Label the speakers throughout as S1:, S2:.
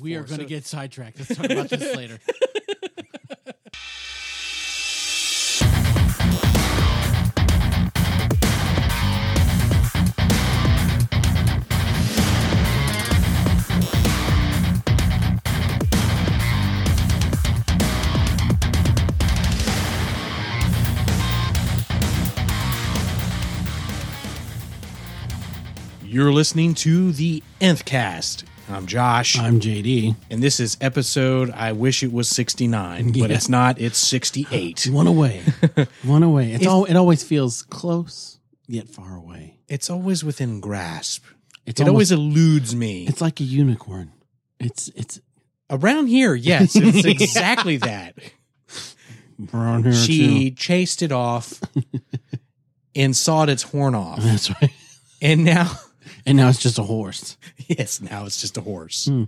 S1: we are
S2: for,
S1: going to
S2: so-
S1: get sidetracked. Let's talk about this later.
S2: You're listening to the nth cast. I'm Josh,
S1: I'm JD.
S2: and this is episode. I wish it was 69, but
S1: Yeah.
S2: it's not. It's 68.
S1: One away. One away. It's al- it always feels close yet far away.
S2: It's always within grasp.
S1: It's
S2: it
S1: almost-
S2: always eludes me.
S1: It's like a unicorn. It's it's
S2: Around here, yes, it's exactly that.
S1: brown hair
S2: She chased it off and sawed its horn off,
S1: too. That's right.
S2: and now.
S1: And now it's just a horse.
S2: Yes, now it's just a horse.
S1: Hmm.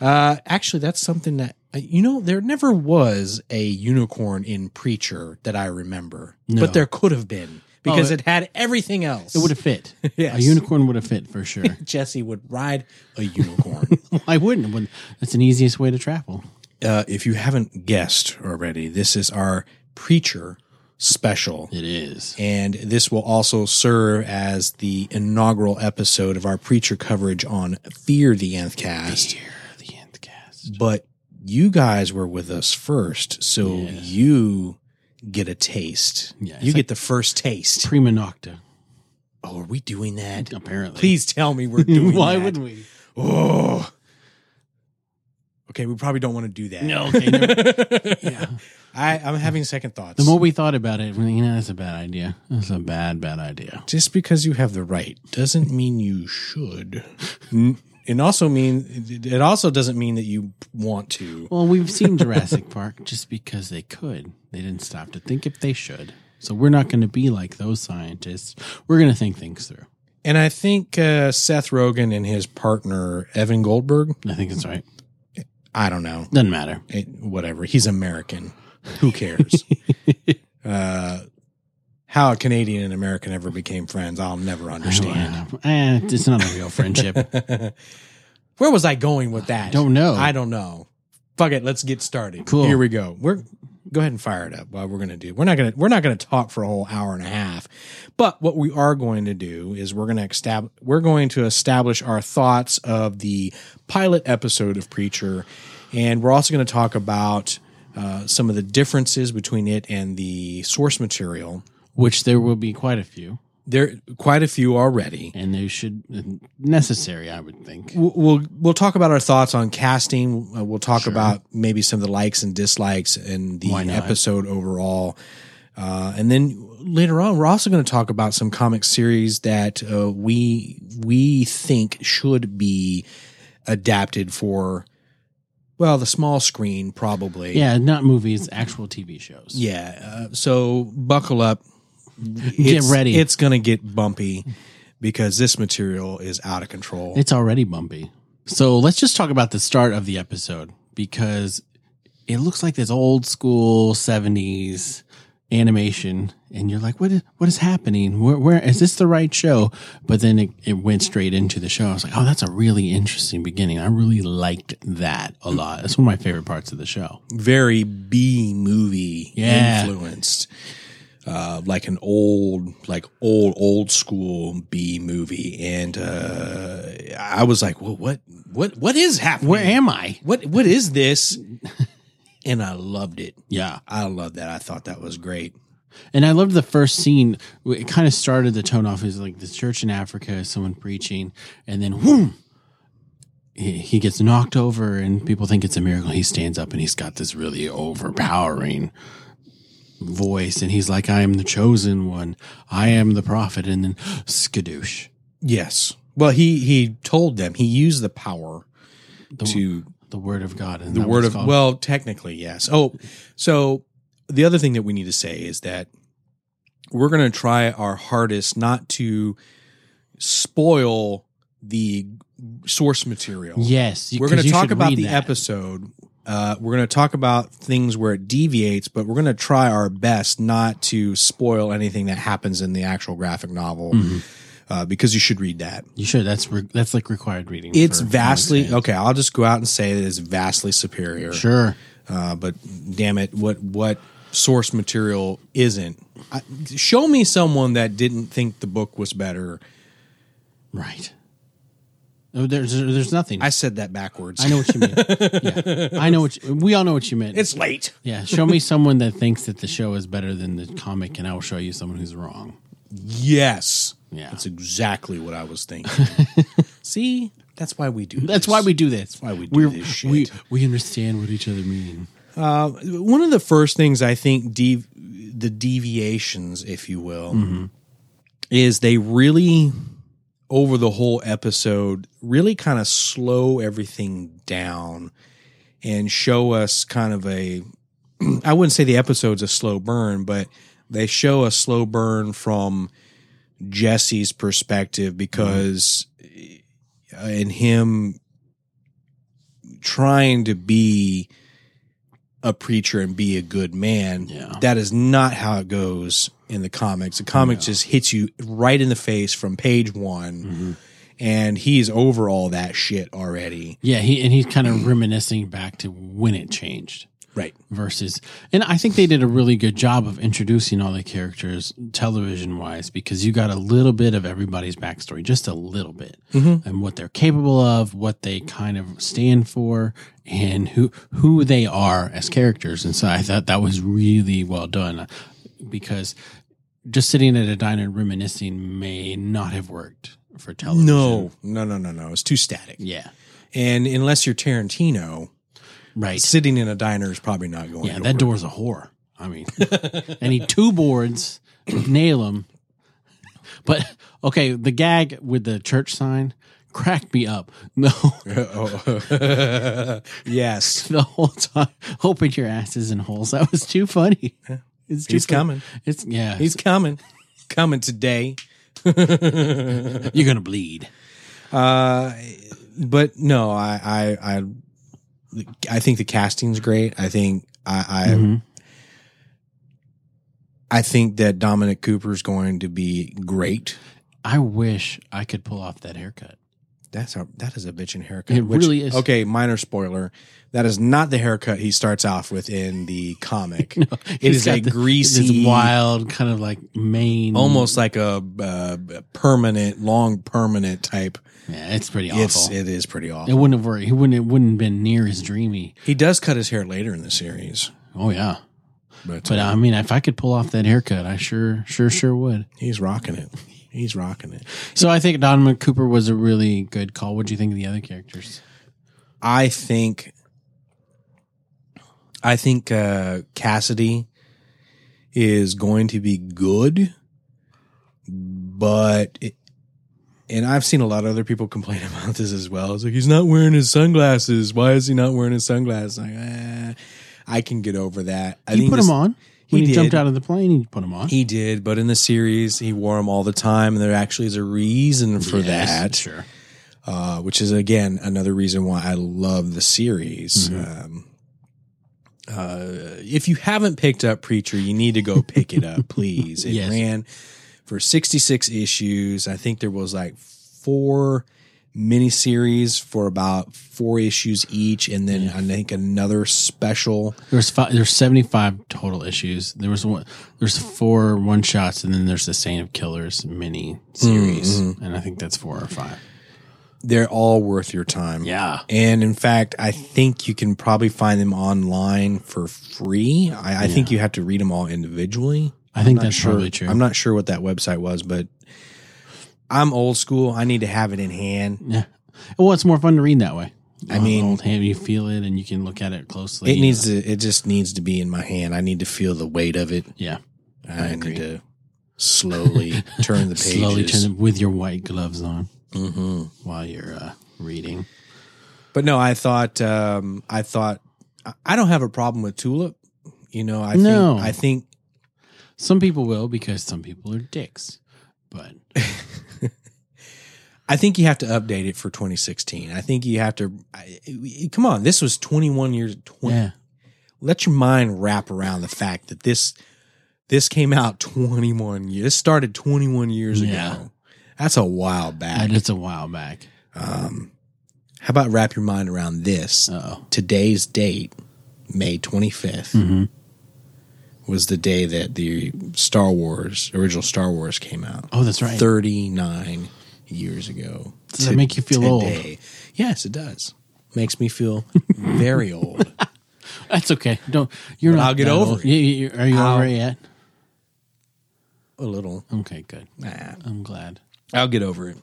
S2: Uh, actually, that's something that uh, you know there never was a unicorn in Preacher that I remember,
S1: No.
S2: but there could have been because
S1: Oh,
S2: it, had everything else.
S1: It would have fit.
S2: Yes.
S1: A unicorn would have fit for sure.
S2: Jesse would ride a unicorn.
S1: Why wouldn't? it? When- That's an easiest way to travel.
S2: uh, if you haven't guessed already, this is our Preacher special.
S1: It is.
S2: And this will also serve as the inaugural episode of our preacher coverage on Fear the Nth Cast.
S1: Here, the end cast.
S2: but you guys were with us first, so
S1: Yeah.
S2: you get a taste.
S1: Yeah,
S2: you
S1: it's
S2: get the first taste.
S1: Prima nocta,
S2: Oh, are we doing that?
S1: apparently.
S2: Please tell me we're doing
S1: Why
S2: that.
S1: wouldn't we?
S2: Oh. Okay, we probably don't want to do that.
S1: No, okay, Yeah.
S2: I, I'm having second thoughts.
S1: The more we thought about it, you know, that's a bad idea. That's a bad, bad idea.
S2: Just because you have the right doesn't mean you should. and also mean it- it also doesn't mean that you want to.
S1: Well, we've seen Jurassic Park just because they could. They didn't stop to think if they should. So we're not going to be like those scientists. We're going to think things through.
S2: And I think uh, Seth Rogen and his partner Evan Goldberg.
S1: I think it's right.
S2: I don't know.
S1: Doesn't matter.
S2: it, whatever. He's American. Who cares? uh, how a Canadian and American ever became friends, I'll never understand.
S1: Eh, it's not a real friendship.
S2: Where was I going with that?
S1: Don't know.
S2: I don't know. Fuck it. Let's get started.
S1: Oh. Cool.
S2: Here we go. We're go ahead and fire it up. What we're gonna do? We're not gonna we're not gonna talk for a whole hour and a half. But what we are going to do is we're gonna establish we're going to establish our thoughts of the pilot episode of Preacher, and we're also going to talk about uh, some of the differences between it and the source material.
S1: Which there will be quite a few,
S2: There quite a few already.
S1: and they should necessary, I would think.
S2: we'll we'll- we'll talk about our thoughts on casting. Uh, We'll talk about maybe some of the likes and dislikes and the
S1: Why not?
S2: episode overall. Uh, and then later on, we're also going to talk about some comic series that uh, we we think should be adapted for, well, the small screen probably.
S1: Yeah, not movies, actual TV shows.
S2: Yeah. Uh, so buckle up.
S1: Get
S2: It's-
S1: ready.
S2: It's going to get bumpy because this material is out of control.
S1: It's already bumpy. So let's just talk about the start of the episode because it looks like this old school 70s animation and you're like what is what is happening where, where is this the right show but then it, it went straight into the show i was like oh that's a really interesting beginning i really liked that a lot it's one of my favorite parts of the show
S2: very B movie
S1: Yeah.
S2: influenced, uh, like an old, like old, old school B movie. And uh, I was like, well, what, what, what is happening?
S1: where am i
S2: what, what is this? and I loved it.
S1: yeah
S2: I loved that. I thought that was great.
S1: And I loved the first scene. It kind of started the tone off. Is like the church in Africa, someone preaching, and then whoom, he, he gets knocked over, and people think it's a miracle. He stands up, and he's got this really overpowering voice, and he's like, "I am the chosen one. I am the prophet." And then skadoosh,
S2: Yes. Well, he he told them he used the power
S1: the,
S2: to
S1: the word of God, and
S2: the
S1: that
S2: word
S1: was
S2: of
S1: called-
S2: well technically yes oh so the other thing that we need to say is that we're going to try our hardest not to spoil the source material
S1: yes. you-
S2: we're going
S1: 'cause
S2: to
S1: you
S2: talk
S1: should
S2: about
S1: read
S2: the
S1: that.
S2: episode uh, we're going to talk about things where it deviates but we're going to try our best not to spoil anything that happens in the actual graphic novel
S1: Mhm.
S2: uh, because you should read that.
S1: You should. That's re- that's like required reading.
S2: It's
S1: for
S2: vastly
S1: comics
S2: okay. I'll just go out and say it is vastly superior.
S1: fans. Sure.
S2: uh, but damn it, what what source material isn't? I, show me someone that didn't think the book was better.
S1: Right. No, there's there's nothing.
S2: I
S1: I,
S2: said that backwards.
S1: know what you mean. yeah. I know what you, we all know what you meant.
S2: it's late.
S1: yeah. Show me someone that thinks that the show is better than the comic, and I will show you someone who's wrong.
S2: Yes,
S1: Yeah.
S2: that's exactly what I was thinking. See, that's why we do.
S1: That's why we do this. That's
S2: why we do this shit.
S1: We we understand what each other mean.
S2: one of the first things I think de- the deviations, if you will, is they really over the whole episode really kind of slow everything down and show us kind of a I wouldn't say the episode's a slow burn, but they show a slow burn from Jesse's perspective because uh, and him trying to be a preacher and be a good man.
S1: Yeah.
S2: That is not how it goes in the comics. The comics just hits you right in the face from page one, and he's over all that shit already.
S1: Yeah. He and he's kind
S2: Mm.
S1: of reminiscing back to when it changed.
S2: Right.
S1: versus and i think they did a really good job of introducing all the characters television wise because you got a little bit of everybody's backstory just a little bit and what they're capable of what they kind of stand for and who who they are as characters and so i thought that was really well done uh, because just sitting at a diner and reminiscing may not have worked for television
S2: No, no, no, no, no. It's too static.
S1: yeah
S2: And unless you're Tarantino,
S1: right
S2: sitting in a diner is probably not going.
S1: Yeah,
S2: to
S1: that
S2: work.
S1: door's a whore. I mean, I need two boards, nail them. But okay, the gag with the church sign cracked me up. No,
S2: Oh. yes,
S1: the whole time, hoping your ass is in holes. That was too funny. It's too
S2: he's
S1: funny.
S2: coming.
S1: It's yeah.
S2: He's coming. Coming today.
S1: you're gonna bleed.
S2: Uh, but no, I, I, I, I think the casting's great. I think I, I,
S1: Mhm.
S2: I think that Dominic Cooper is going to be great.
S1: I wish I could pull off that haircut.
S2: That's a that is a bitchin' haircut.
S1: It really is.
S2: Okay, minor spoiler. That is not the haircut he starts off with in the comic. it
S1: He's
S2: is a
S1: got the-
S2: greasy,
S1: this wild kind of like mane.
S2: almost like a uh, permanent, long permanent type.
S1: Yeah, it's pretty awful.
S2: It's it is pretty
S1: it
S2: awful.
S1: wouldn't have worked. He wouldn't. It wouldn't have been near as dreamy.
S2: He does cut his hair later in the series,
S1: Oh yeah.
S2: but,
S1: But
S2: uh,
S1: I mean, if I could pull off that haircut, I sure, sure, sure would.
S2: he's rocking it. He's rocking it.
S1: So I think Donovan Cooper was a really good call. What do you think of the other characters?
S2: I think I think uh Cassidy is going to be good, but it, and I've seen a lot of other people complain about this as well. It's like he's not wearing his sunglasses. Why is he not wearing his sunglasses? Like, eh, I can get over that. I
S1: he put
S2: this-
S1: him on when
S2: he
S1: he,
S2: did.
S1: jumped out of the plane. He put him on.
S2: He did, but in the series, he wore them all the time, and there actually is a reason for
S1: Yes,
S2: that
S1: sure.
S2: uh, which is again another reason why I love the series.
S1: Mm-hmm.
S2: Um, uh, if you haven't picked up Preacher, you need to go pick it up, please. It
S1: Yes.
S2: ran for 66 issues. I think there was like four miniseries for about four issues each, and then I think another special.
S1: There was five, there's 75 total issues. There was one, there's four one shots, and then there's the Saint of Killers mini series,
S2: Mm-hmm.
S1: and I think that's four or five.
S2: They're all worth your time.
S1: Yeah,
S2: And in fact, I think you can probably find them online for free. I, I think you have to read them all individually.
S1: I think
S2: not
S1: that's
S2: sure.
S1: probably true.
S2: I'm not sure what that website was, but I'm old school. I need to have it in hand.
S1: yeah. Well, it's more fun to read that way.
S2: I mean-
S1: old hand, you feel it, and you can look at it closely.
S2: It needs to. It just needs to be in my hand. I need to feel the weight of it.
S1: yeah.
S2: I,
S1: agree.
S2: need to slowly turn the pages.
S1: Slowly turn it with your white gloves on.
S2: hmm
S1: while you're uh, reading.
S2: But no, I thought. Um, I thought. I- I don't have a problem with Tulip. You know, I
S1: No.
S2: think. I think
S1: Some people will because some people are dicks. But
S2: I think you have to update it for 2016. I think you have to. I, I- come on, this was 21 years. 20,
S1: yeah,
S2: Let your mind wrap around the fact that this this came out 21 years. This started 21 years
S1: Yeah.
S2: ago. That's a while back.
S1: And it's a while back.
S2: Um, how about wrap your mind around this?
S1: Oh,
S2: Today's date, May 25th,
S1: Mhm. Mm-hmm.
S2: was the day that the Star Wars, original Star Wars came out.
S1: oh, that's right.
S2: 39 years ago.
S1: Does that make you feel old?
S2: old? Yes, it does. Makes me feel very old.
S1: That's okay. Don't. You're
S2: But
S1: not.
S2: I'll get
S1: that
S2: over
S1: old.
S2: it.
S1: You- you- are you
S2: I'll-
S1: over it yet?
S2: A little.
S1: Okay, good.
S2: Nah,
S1: I'm glad.
S2: I'll get over it.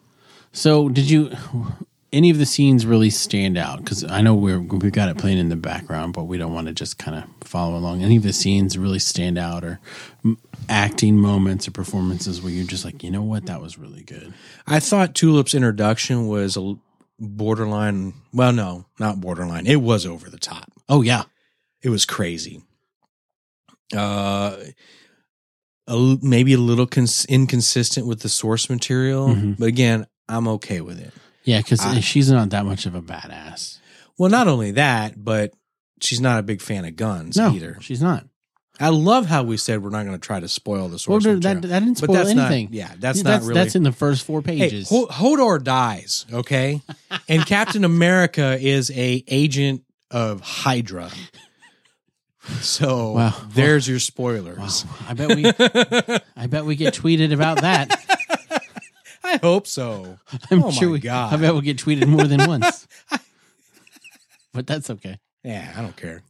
S1: So, did you any of the scenes really stand out? Because I know we're we've got it playing in the background, but we don't want to just kind of follow along. Any of the scenes really stand out, or m- acting moments or performances where you're just like, you know what, that was really good.
S2: I thought Tulip's introduction was a l- borderline. Well, no, not borderline. It was over the top.
S1: Oh yeah,
S2: It was crazy. Uh, a l maybe a little cons- inconsistent with the source material,
S1: Mhm.
S2: but again, I'm okay with it.
S1: yeah, because
S2: I-
S1: she's not that much of a badass.
S2: Well, not only that, but she's not a big fan of guns
S1: No,
S2: either.
S1: she's not.
S2: I love how we said we're not going to try to spoil the
S1: Well,
S2: source
S1: that, that
S2: material,
S1: didn't
S2: but
S1: spoil
S2: that's
S1: anything.
S2: not. Yeah, that's
S1: Yeah,
S2: not really.
S1: that's in the first four
S2: Hey,
S1: pages.
S2: Ho- Hodor dies, okay, and Captain America is a agent of Hydra. So
S1: Wow.
S2: there's your
S1: wow,
S2: spoilers.
S1: I bet we I bet we get tweeted about that.
S2: I hope so.
S1: I'm
S2: Oh my
S1: sure we,
S2: God.
S1: I bet we'll get tweeted more than once. but that's okay.
S2: Yeah, I don't care.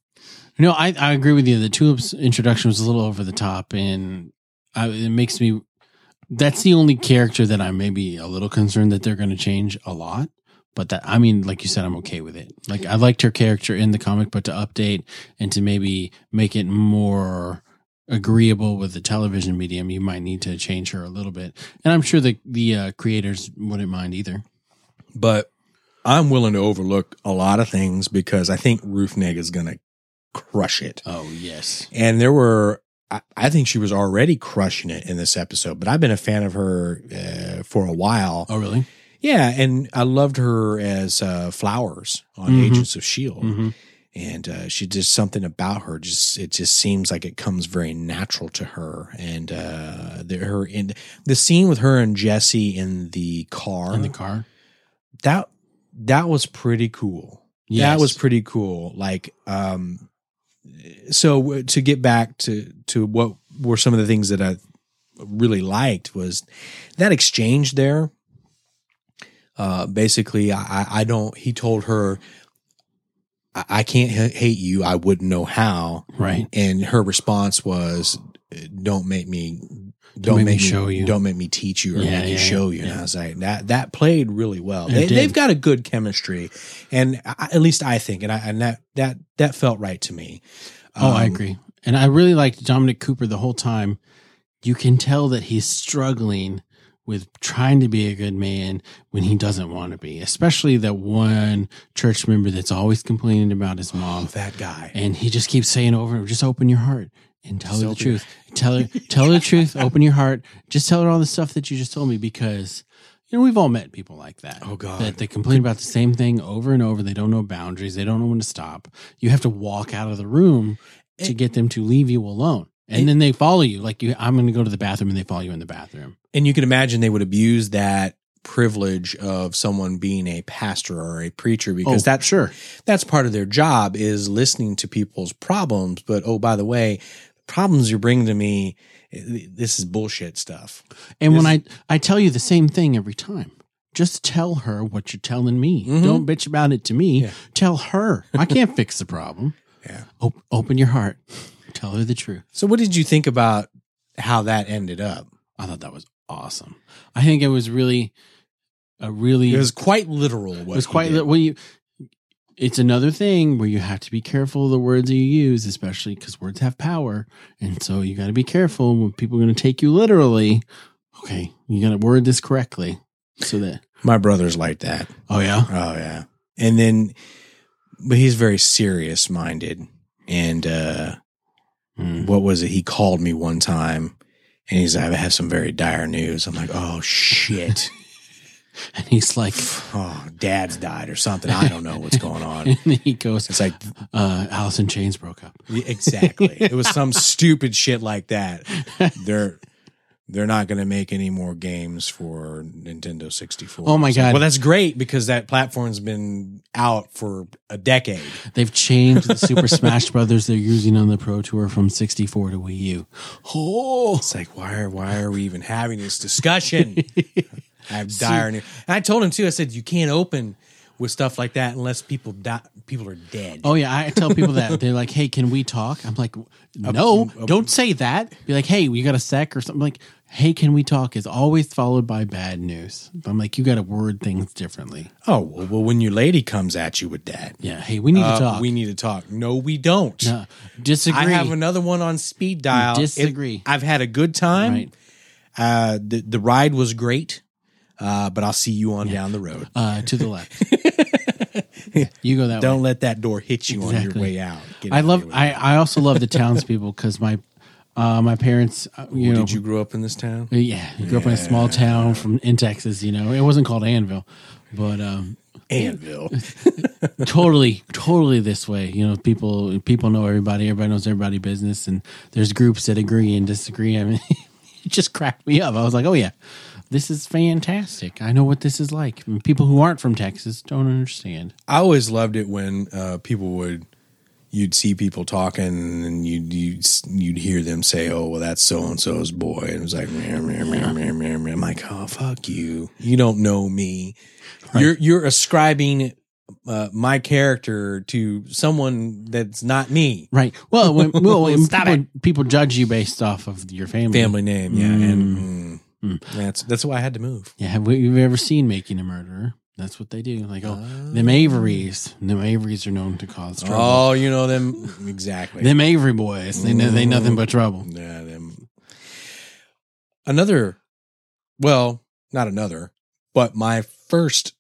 S1: No, I, I agree with you. The tulips introduction was a little over the top, and I, it makes me. That's the only character that I'm maybe a little concerned that they're going to change a lot. But that I mean, like you said, I'm okay with it. Like I liked her character in the comic, but to update and to maybe make it more agreeable with the television medium, you might need to change her a little bit. And I'm sure the the uh, creators wouldn't mind either.
S2: But I'm willing to overlook a lot of things because I think Roofneck is going to crush it.
S1: Oh yes,
S2: and there were I, I think she was already crushing it in this episode but i've been a fan of her uh, for a while
S1: Oh, really?
S2: yeah and i loved her as uh, flowers on
S1: Mhm.
S2: agents of shield
S1: Mm-hmm.
S2: E and uh, she just something about her just it just seems like it comes very natural to her and uh, the, her in the scene with her and jesse in the car
S1: In the car.
S2: that that was pretty cool
S1: Yes.
S2: that was pretty cool like um so w- to get back to to what were some of the things that i really liked was that exchange there uh basically i I- i don't he told her i, I can't h- hate you i wouldn't know how
S1: right.
S2: and her response was don't make me don't,
S1: make me show you.
S2: don't make me teach you or
S1: Yeah,
S2: make you
S1: yeah,
S2: show you and
S1: yeah.
S2: i was like that that played really well
S1: It
S2: they,
S1: did.
S2: they've got a good chemistry and I, at least i think and i and that that that felt right to me
S1: Oh, I
S2: Um,
S1: agree. And I really liked Dominic Cooper the whole time. You can tell that he's struggling with trying to be a good man when he doesn't want to be, especially that one church member that's always complaining about his
S2: oh,
S1: mom.
S2: that guy
S1: And he just keeps saying over and over, just open your heart and tell
S2: Just
S1: her the
S2: open
S1: truth. Tell her, tell her the truth. Open your heart. Just tell her all the stuff that you just told me because, you know, we've all met people like that
S2: oh god
S1: that they complain about the same thing over and over. They don't know boundaries. They don't know when to stop. You have to walk out of the room to
S2: It-
S1: get them to leave you alone. And
S2: It-
S1: then they follow you. Like you, I'm going to go to the bathroom, and they follow you in the bathroom.
S2: and you can imagine they would abuse that privilege of someone being a pastor or a preacher
S1: Oh,
S2: because that
S1: sure.
S2: that's part of their job is listening to people's problems. But oh, by the way, problems you're bringing to me, this is bullshit stuff.
S1: And when I
S2: This-
S1: I tell you the same thing every time, just tell her what you're telling me.
S2: Mhm.
S1: Don't bitch about it to me.
S2: Yeah.
S1: Tell her I can't fix the problem.
S2: Yeah.
S1: O- open your heart. Tell her the truth.
S2: So, what did you think about how that ended up?
S1: I thought that was awesome. I think it was really a really
S2: It was quite literal. What
S1: It was
S2: he
S1: quite
S2: did.
S1: well. You, it's another thing where you have to be careful of the words you use, especially because words have power, and so you got to be careful when people are going to take you literally. Okay, you got to word this correctly so that.
S2: My brother's like that.
S1: Oh yeah,
S2: Oh yeah. And then, but he's very serious minded. And uh,
S1: Mm.
S2: what was it? He called me one time. And he's like, I have some very dire news. I'm like, oh shit.
S1: and he's like,
S2: oh, dad's died or something. I don't know what's going on.
S1: and then he goes,
S2: It's like
S1: uh, "Alice in Chains broke up."
S2: Yeah, Exactly. it was some stupid shit like that. Their they're not going to make any more games for Nintendo 64.
S1: Oh my
S2: It's like,
S1: God.
S2: Well, that's great because that platform's been out for a decade.
S1: They've changed the Super Smash Brothers they're using on the Pro Tour from 64 to Wii U. Oh,
S2: It's like why are why are we even having this discussion? I have dire news. And I told him too. I said you can't open with stuff like that unless people die, people are dead.
S1: oh yeah. I tell people that they're like, "Hey, can we talk?" I'm like, "No,
S2: Oh,
S1: don't say that." Be like, "Hey, you got a sec or something?" Like, "Hey, can we talk?" is always followed by bad news. I'm like, "You got to word things differently."
S2: Oh well, well, when your lady comes at you with that,
S1: Yeah. Hey, we need
S2: uh,
S1: to talk.
S2: we need to talk. No, we don't.
S1: Uh, disagree.
S2: I have another one on speed dial. It-
S1: disagree.
S2: I've had a good time.
S1: Right.
S2: Uh, the the ride was great, uh, but I'll see you on down the road.
S1: uh, to the left. you go that way.
S2: Don't let that door hit you on your
S1: Exactly.
S2: way out. Get
S1: I
S2: out of
S1: love.
S2: your way.
S1: I, I also love the townspeople because my uh, my parents. uh, You know,
S2: Did you grow up in this town?
S1: yeah, I grew up in a small town from in Texas. You know, it wasn't called Anvil, but um,
S2: Anvil.
S1: totally, totally this way. You know, people people know everybody. Everybody knows everybody business, and there's groups that agree and disagree. I mean, it just cracked me up. I was like, oh yeah. This is fantastic. I know what this is like. People who aren't from Texas don't understand.
S2: I always loved it when uh, people would you'd see people talking and you'd you'd, you'd hear them say, "Oh, well, that's so and so's boy," and it was like, meow, meow, meow, meow, meow, meow. "I'm like, oh, fuck you, you don't know me. You're you're ascribing." Uh, my character to someone that's not me.
S1: Right. Well, when, well, when
S2: Stop
S1: people, people judge you based off of your family.
S2: Family name, yeah, and mm, that's that's why I had to move.
S1: Yeah. Have we- you've ever seen Making a Murderer? That's what they do. Like, oh, them Averys. Them Averys are known to cause trouble.
S2: Ah. Oh, you know them exactly.
S1: Them Avery boys. They know they nothing but trouble.
S2: Yeah, them. Another, well, not another, but my first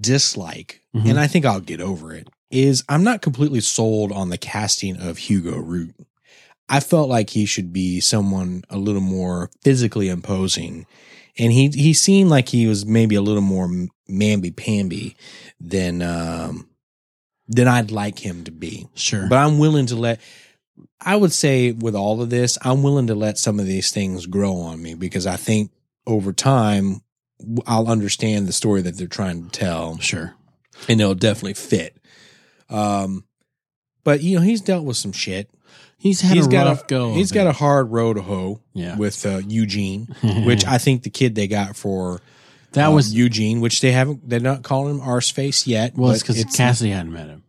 S2: dislike,
S1: Mhm.
S2: and I think I'll get over it, is I'm not completely sold on the casting of Hugo Root. I felt like he should be someone a little more physically imposing, and he he seemed like he was maybe a little more mamby pamby than um than I'd like him to be.
S1: Sure.
S2: But I'm willing to let. I would say with all of this, I'm willing to let some of these things grow on me because I think over time w- I'll understand the story that they're trying to tell,
S1: sure.
S2: and it'll definitely fit. Um, but you know he's dealt with some shit.
S1: He's had
S2: He's
S1: a
S2: got
S1: rough go.
S2: He's got a hard road to
S1: Oh,
S2: hoe
S1: Yeah.
S2: with uh, Eugene,
S1: a,
S2: which I think the kid they got for
S1: that
S2: uh,
S1: was,
S2: Eugene, which they haven't. They're not calling him Arseface yet.
S1: well, it's
S2: but
S1: because Cassidy hadn't met him.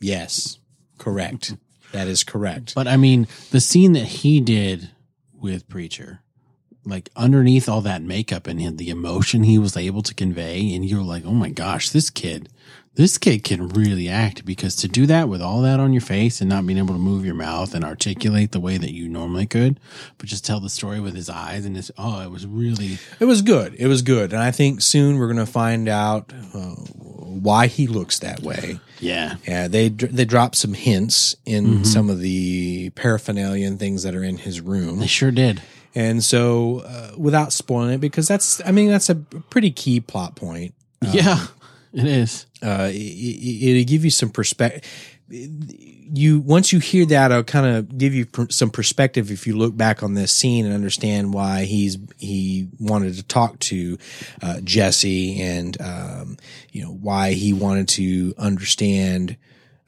S2: yes, correct. that is correct.
S1: But I mean, the scene that he did with Preacher, like underneath all that makeup and him- the emotion he was able to convey, and you're like, oh my gosh, this kid, this kid can really act because to do that with all that on your face and not being able to move your mouth and articulate the way that you normally could, but just tell the story with his eyes and his, oh, it was really,
S2: It was good. It was good, and I think soon we're going to find out uh, why he looks that way.
S1: yeah.
S2: Yeah, they dr- they dropped some hints in some of the paraphernalia and things that are in his room,
S1: They sure did.
S2: and so uh, without spoiling it, because that's I mean that's a pretty key plot point.
S1: yeah, it is.
S2: Uh, it, it, it'll give you some perspective. You once you hear that, I'll kind of give you per- some perspective if you look back on this scene and understand why he's he wanted to talk to uh, Jesse and um, you know why he wanted to understand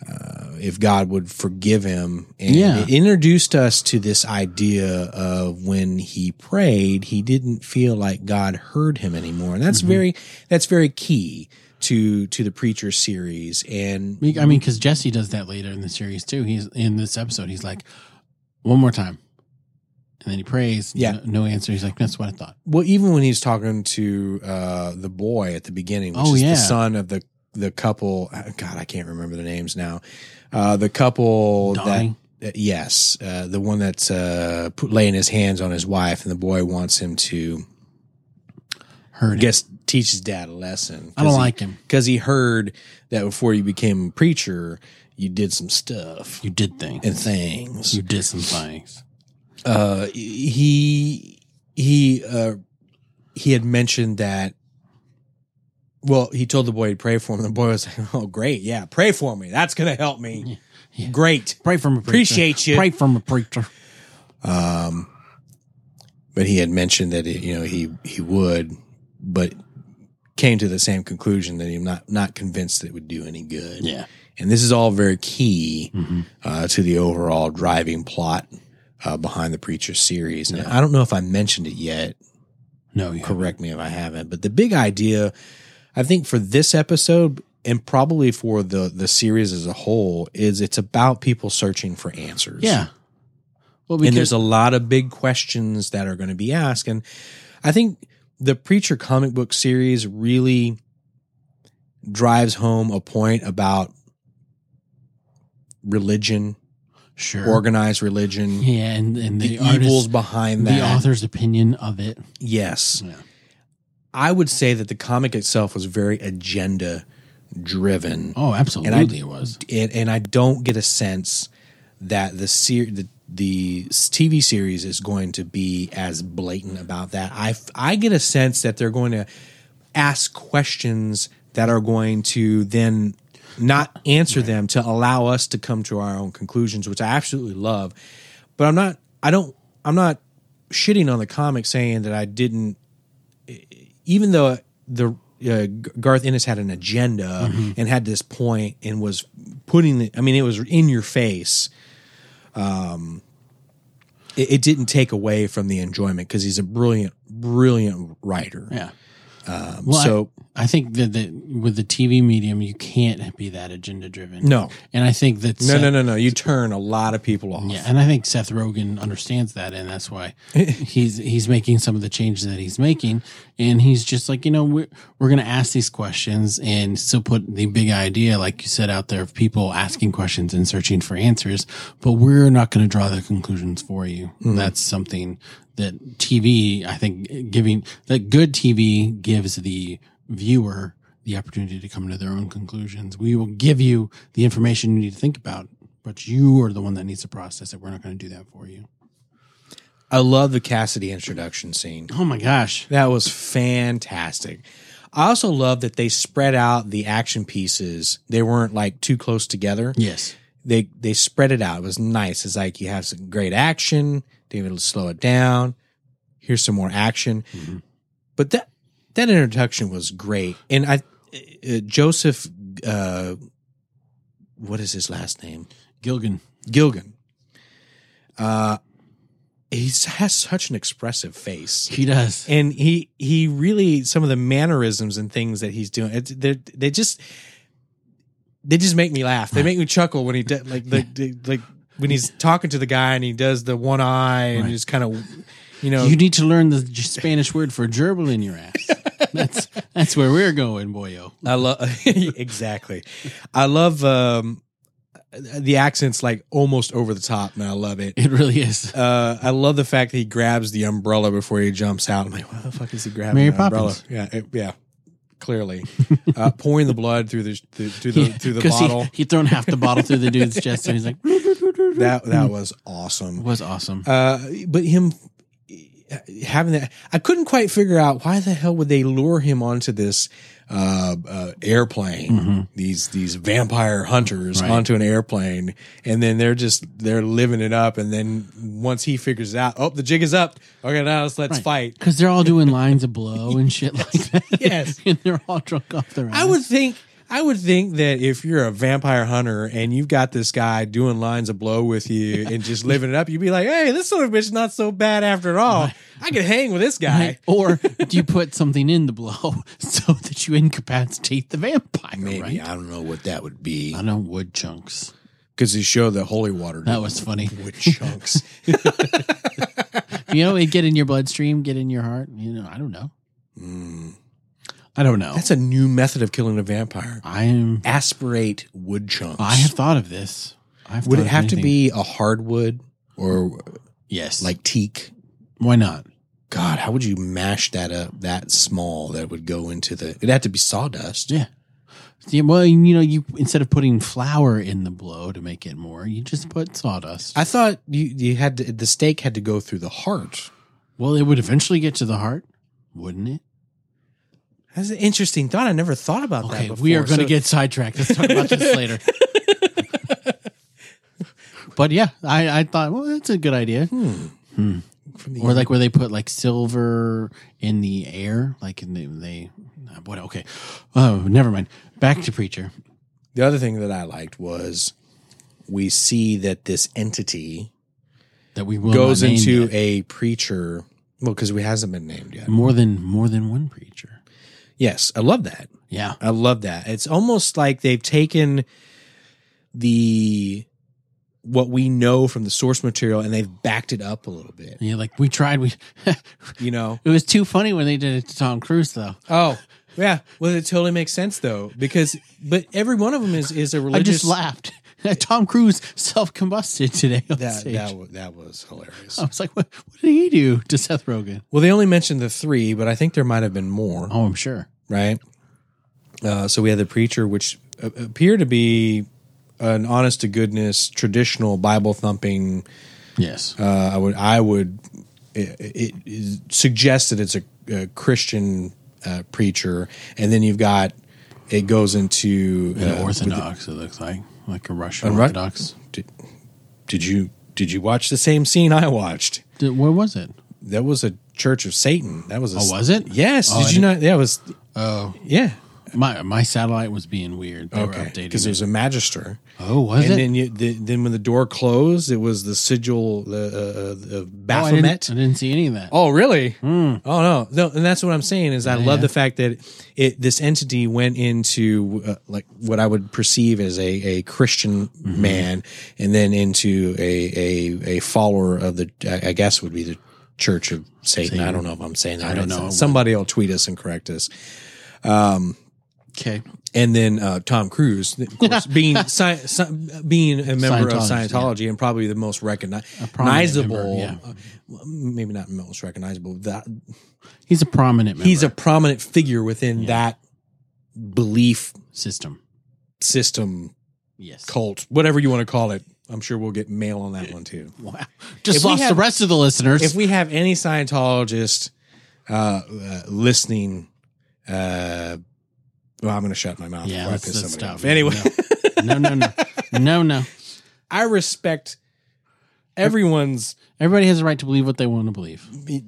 S2: uh, if God would forgive him. And
S1: Yeah.
S2: it introduced us to this idea of when he prayed, he didn't feel like God heard him anymore, and that's
S1: Mm-hmm.
S2: very that's very key to to the preacher series. And
S1: Me- I mean, because Jesse does that later in the series too. He's in this episode. He's like, one more time, and then he prays.
S2: Yeah.
S1: no, no answer. He's like, that's what I thought.
S2: well, even when he's talking to uh, the boy at the beginning, which
S1: Oh,
S2: is
S1: yeah.
S2: the son of the the couple. uh, God, I can't remember the names now. Uh, the couple
S1: Donnie?
S2: that. that- Yes, uh, the one that's uh, put, laying his hands on his wife, and the boy wants him to
S1: Heard. it.
S2: guess teach his dad a lesson.
S1: I don't like him.
S2: because he heard that before you became a preacher, you did some stuff
S1: You did things.
S2: and things.
S1: You did some things.
S2: Uh, he he uh, he had mentioned that. Well, he told the boy to pray for him. The boy was like, "Oh, great, yeah, pray for me. That's gonna help me.
S1: Yeah.
S2: Great."
S1: Pray from a preacher.
S2: Appreciate you.
S1: Pray from a preacher.
S2: Um, but he had mentioned that it, you know he he would, but came to the same conclusion that he's not not convinced that it would do any good.
S1: Yeah. Mm-hmm.
S2: And this is all very key uh, to the overall driving plot uh, behind the Preacher series. And I don't know if I mentioned it yet.
S1: No, yeah.
S2: Correct me if I haven't. But the big idea, I think, for this episode and probably for the the series as a whole, is it's about people searching for answers.
S1: Yeah. Well,
S2: and there's a lot of big questions that are going to be asked. And I think the Preacher comic book series really drives home a point about religion,
S1: sure.
S2: organized religion,
S1: yeah, and, and
S2: the,
S1: the, artist,
S2: evils behind that.
S1: the author's opinion of it.
S2: Yes.
S1: Yeah.
S2: I would say that the comic itself was very agenda driven.
S1: Oh, absolutely, it was.
S2: and, and I don't get a sense that the ser- the the TV series is going to be as blatant about that. I f- I get a sense that they're going to ask questions that are going to then not answer them to allow us to come to our own conclusions, which I absolutely love. But I'm not I don't I'm not shitting on the comic saying that I didn't even though the uh, Garth Ennis had an agenda and had this point and was putting the, I mean, it was in your face. Um, it, it didn't take away from the enjoyment because he's a brilliant, brilliant writer.
S1: Yeah. well, I-
S2: Um, so-
S1: I, think that the, with the TV medium, you can't be that agenda driven.
S2: No.
S1: and I think that
S2: No,
S1: Seth,
S2: no, no, no. You turn a lot of people off.
S1: Yeah, and I think Seth Rogen understands that, and that's why he's he's making some of the changes that he's making, and he's just like, you know, we're we're gonna ask these questions and still put the big idea, like you said, out there of people asking questions and searching for answers, but we're not gonna draw the conclusions for you.
S2: Mm-hmm.
S1: That's something that TV, I think, giving that good TV gives the viewer the opportunity to come to their own conclusions. We will give you the information you need to think about, but you are the one that needs to process it. We're not going to do that for you.
S2: I love the Cassidy introduction scene.
S1: Oh my gosh.
S2: That was fantastic. I also love that they spread out the action pieces. They weren't like too close together.
S1: Yes.
S2: they they spread it out. It was nice. It's like you have some great action, then it'll slow it down. Here's some more action. But that that introduction was great, and I uh, Joseph, uh, what is his last name?
S1: Gilgan.
S2: Gilgan. Uh, he has such an expressive face
S1: He does.
S2: and he he really some of the mannerisms and things that he's doing it, they they just they just make me laugh they make me chuckle when he de- like the, the- like when he's talking to the guy and he does the one eye and
S1: Right.
S2: just kind of you know
S1: You need to learn the j- Spanish word for gerbil in your ass. That's that's where we're going, boyo.
S2: i love exactly i love um the accents like almost over the top and i love it
S1: It really is.
S2: uh, I love the fact that he grabs the umbrella before he jumps out. I'm like, why the fuck is he grabbing
S1: Mary
S2: the umbrella?
S1: Poppins.
S2: Yeah, it- yeah. Clearly, uh, pouring the blood through the through, through the Uh, through the
S1: 'Cause he-
S2: bottle.
S1: He, thrown half the bottle through the dude's chest, and he's like, "It
S2: that that was awesome.
S1: was awesome."
S2: Uh, but him eh, having that, I couldn't quite figure out why the hell would they lure him onto this uh, uh, airplane. These these vampire hunters
S1: Mm-hmm. Right.
S2: onto an airplane, and then they're just they're living it up. And then once he figures it out, oh, the jig is up. Okay, now let's let's fight.
S1: Because they're all doing lines of blow and shit like that.
S2: Yes.
S1: and they're all drunk off their ass.
S2: I would think I would think that if you're a vampire hunter and you've got this guy doing lines of blow with you and just living it up, you'd be like, "Hey, this son of a bitch not so bad after all. I could hang with this guy."
S1: Or do you put something in the blow so that you incapacitate the vampire? Right? Uh,
S2: I don't know what that would be
S1: I know wood chunks.
S2: because he showed the holy water
S1: That was funny.
S2: with chunks.
S1: You know, it get in your bloodstream, get in your heart. You know, I don't know. I don't know.
S2: Hmm. That's a new method of killing a vampire.
S1: I am.
S2: Aspirate wood chunks.
S1: I have thought of this. I've
S2: would
S1: thought
S2: it
S1: of
S2: have to
S1: anything.
S2: be a hardwood or
S1: yes?
S2: like teak?
S1: why not?
S2: God, how would you mash that up that small that would go into the? It'd have to be sawdust.
S1: Yeah. See, well, you know, you instead of putting flour in the blow to make it more, you just put sawdust.
S2: I thought you you had to, the stake had to go through the heart.
S1: well, it would eventually get to the heart, wouldn't it?
S2: That's an interesting thought. I never thought about
S1: Okay,
S2: that. Before.
S1: we are going to
S2: So-
S1: get sidetracked. Let's talk about this later.
S2: Hmm.
S1: but yeah, I, I thought, well, that's a good idea.
S2: from the
S1: or like where they put like silver in the air, like in the, they. uh, What okay? Oh, never mind. Back to preacher.
S2: The other thing that I liked was we see that this entity
S1: That we will
S2: goes
S1: not name
S2: into
S1: yet.
S2: a preacher. Well, because we hasn't been named yet.
S1: more than more than one preacher.
S2: Yes, I love that.
S1: Yeah,
S2: I love that. It's almost like they've taken the what we know from the source material and they've backed it up a little bit.
S1: yeah. Like we tried. We it
S2: You know?
S1: was too funny when they did it to Tom Cruise though.
S2: Oh, yeah. Well, it totally makes sense though, because but every one of them is is a
S1: I
S2: religious.
S1: just laughed. Tom Cruise self combusted today on
S2: That
S1: stage.
S2: that was, that was hilarious.
S1: I was like, what, what did he do to Seth Rogen?
S2: Well, they only mentioned the three, but I think there might have been more.
S1: Oh, I'm sure.
S2: right? Uh, so we had the preacher, which a- appear to be an honest to goodness traditional Bible thumping.
S1: Yes.
S2: Uh, I would I would it, it, it suggests that it's a, a Christian uh, preacher, and then you've got it goes into
S1: The
S2: uh,
S1: Orthodox, it looks like. Like a Russian
S2: Ru-
S1: Orthodox.
S2: Did, did you did you watch the same scene I watched?
S1: Did, what was it?
S2: That was a Church of Satan. That was a,
S1: Oh, was it?
S2: Yes.
S1: Oh, I
S2: did you not? That was
S1: Oh,
S2: yeah.
S1: my my satellite was being weird. They were
S2: Okay, because
S1: updating
S2: it
S1: it.
S2: was a magister.
S1: Oh, was
S2: and
S1: it?
S2: then you, the, then when the door closed, it was the sigil the
S1: oh, I
S2: uh, uh, of
S1: didn't,
S2: Baphomet.
S1: I didn't see any of that.
S2: Oh, really?
S1: Hmm.
S2: Oh no, no, and that's what I'm saying is I love the fact that it this entity went into uh, like what I would perceive as a, a Christian
S1: Mm-hmm.
S2: man, and then into a, a a follower of the I I guess would be the Church of Satan. I don't know if I'm saying that. I
S1: don't know.
S2: Somebody will tweet us and correct us
S1: okay.
S2: and then uh, Tom Cruise, of course, being sci- sci- being a member of
S1: Scientology,
S2: Scientology and probably the most recogni-
S1: prominent member,
S2: recognizable,
S1: yeah.
S2: uh, well, maybe not most recognizable. That
S1: He's a prominent member
S2: he's a prominent figure within that belief
S1: system.
S2: system,
S1: Yes.
S2: cult, whatever you want to call it. I'm sure we'll get mail on that one too.
S1: Wow. Just
S2: If we
S1: lost
S2: have-
S1: the rest of the listeners.
S2: If we have any Scientologist uh, uh, listening, uh, well, I'm going to shut my mouth.
S1: yeah,
S2: before I
S1: let's,
S2: piss
S1: let's
S2: somebody off.
S1: stop.
S2: Anyway.
S1: No, no, no. No, no. no.
S2: I respect everyone's
S1: Everybody has a right to believe what they want to believe.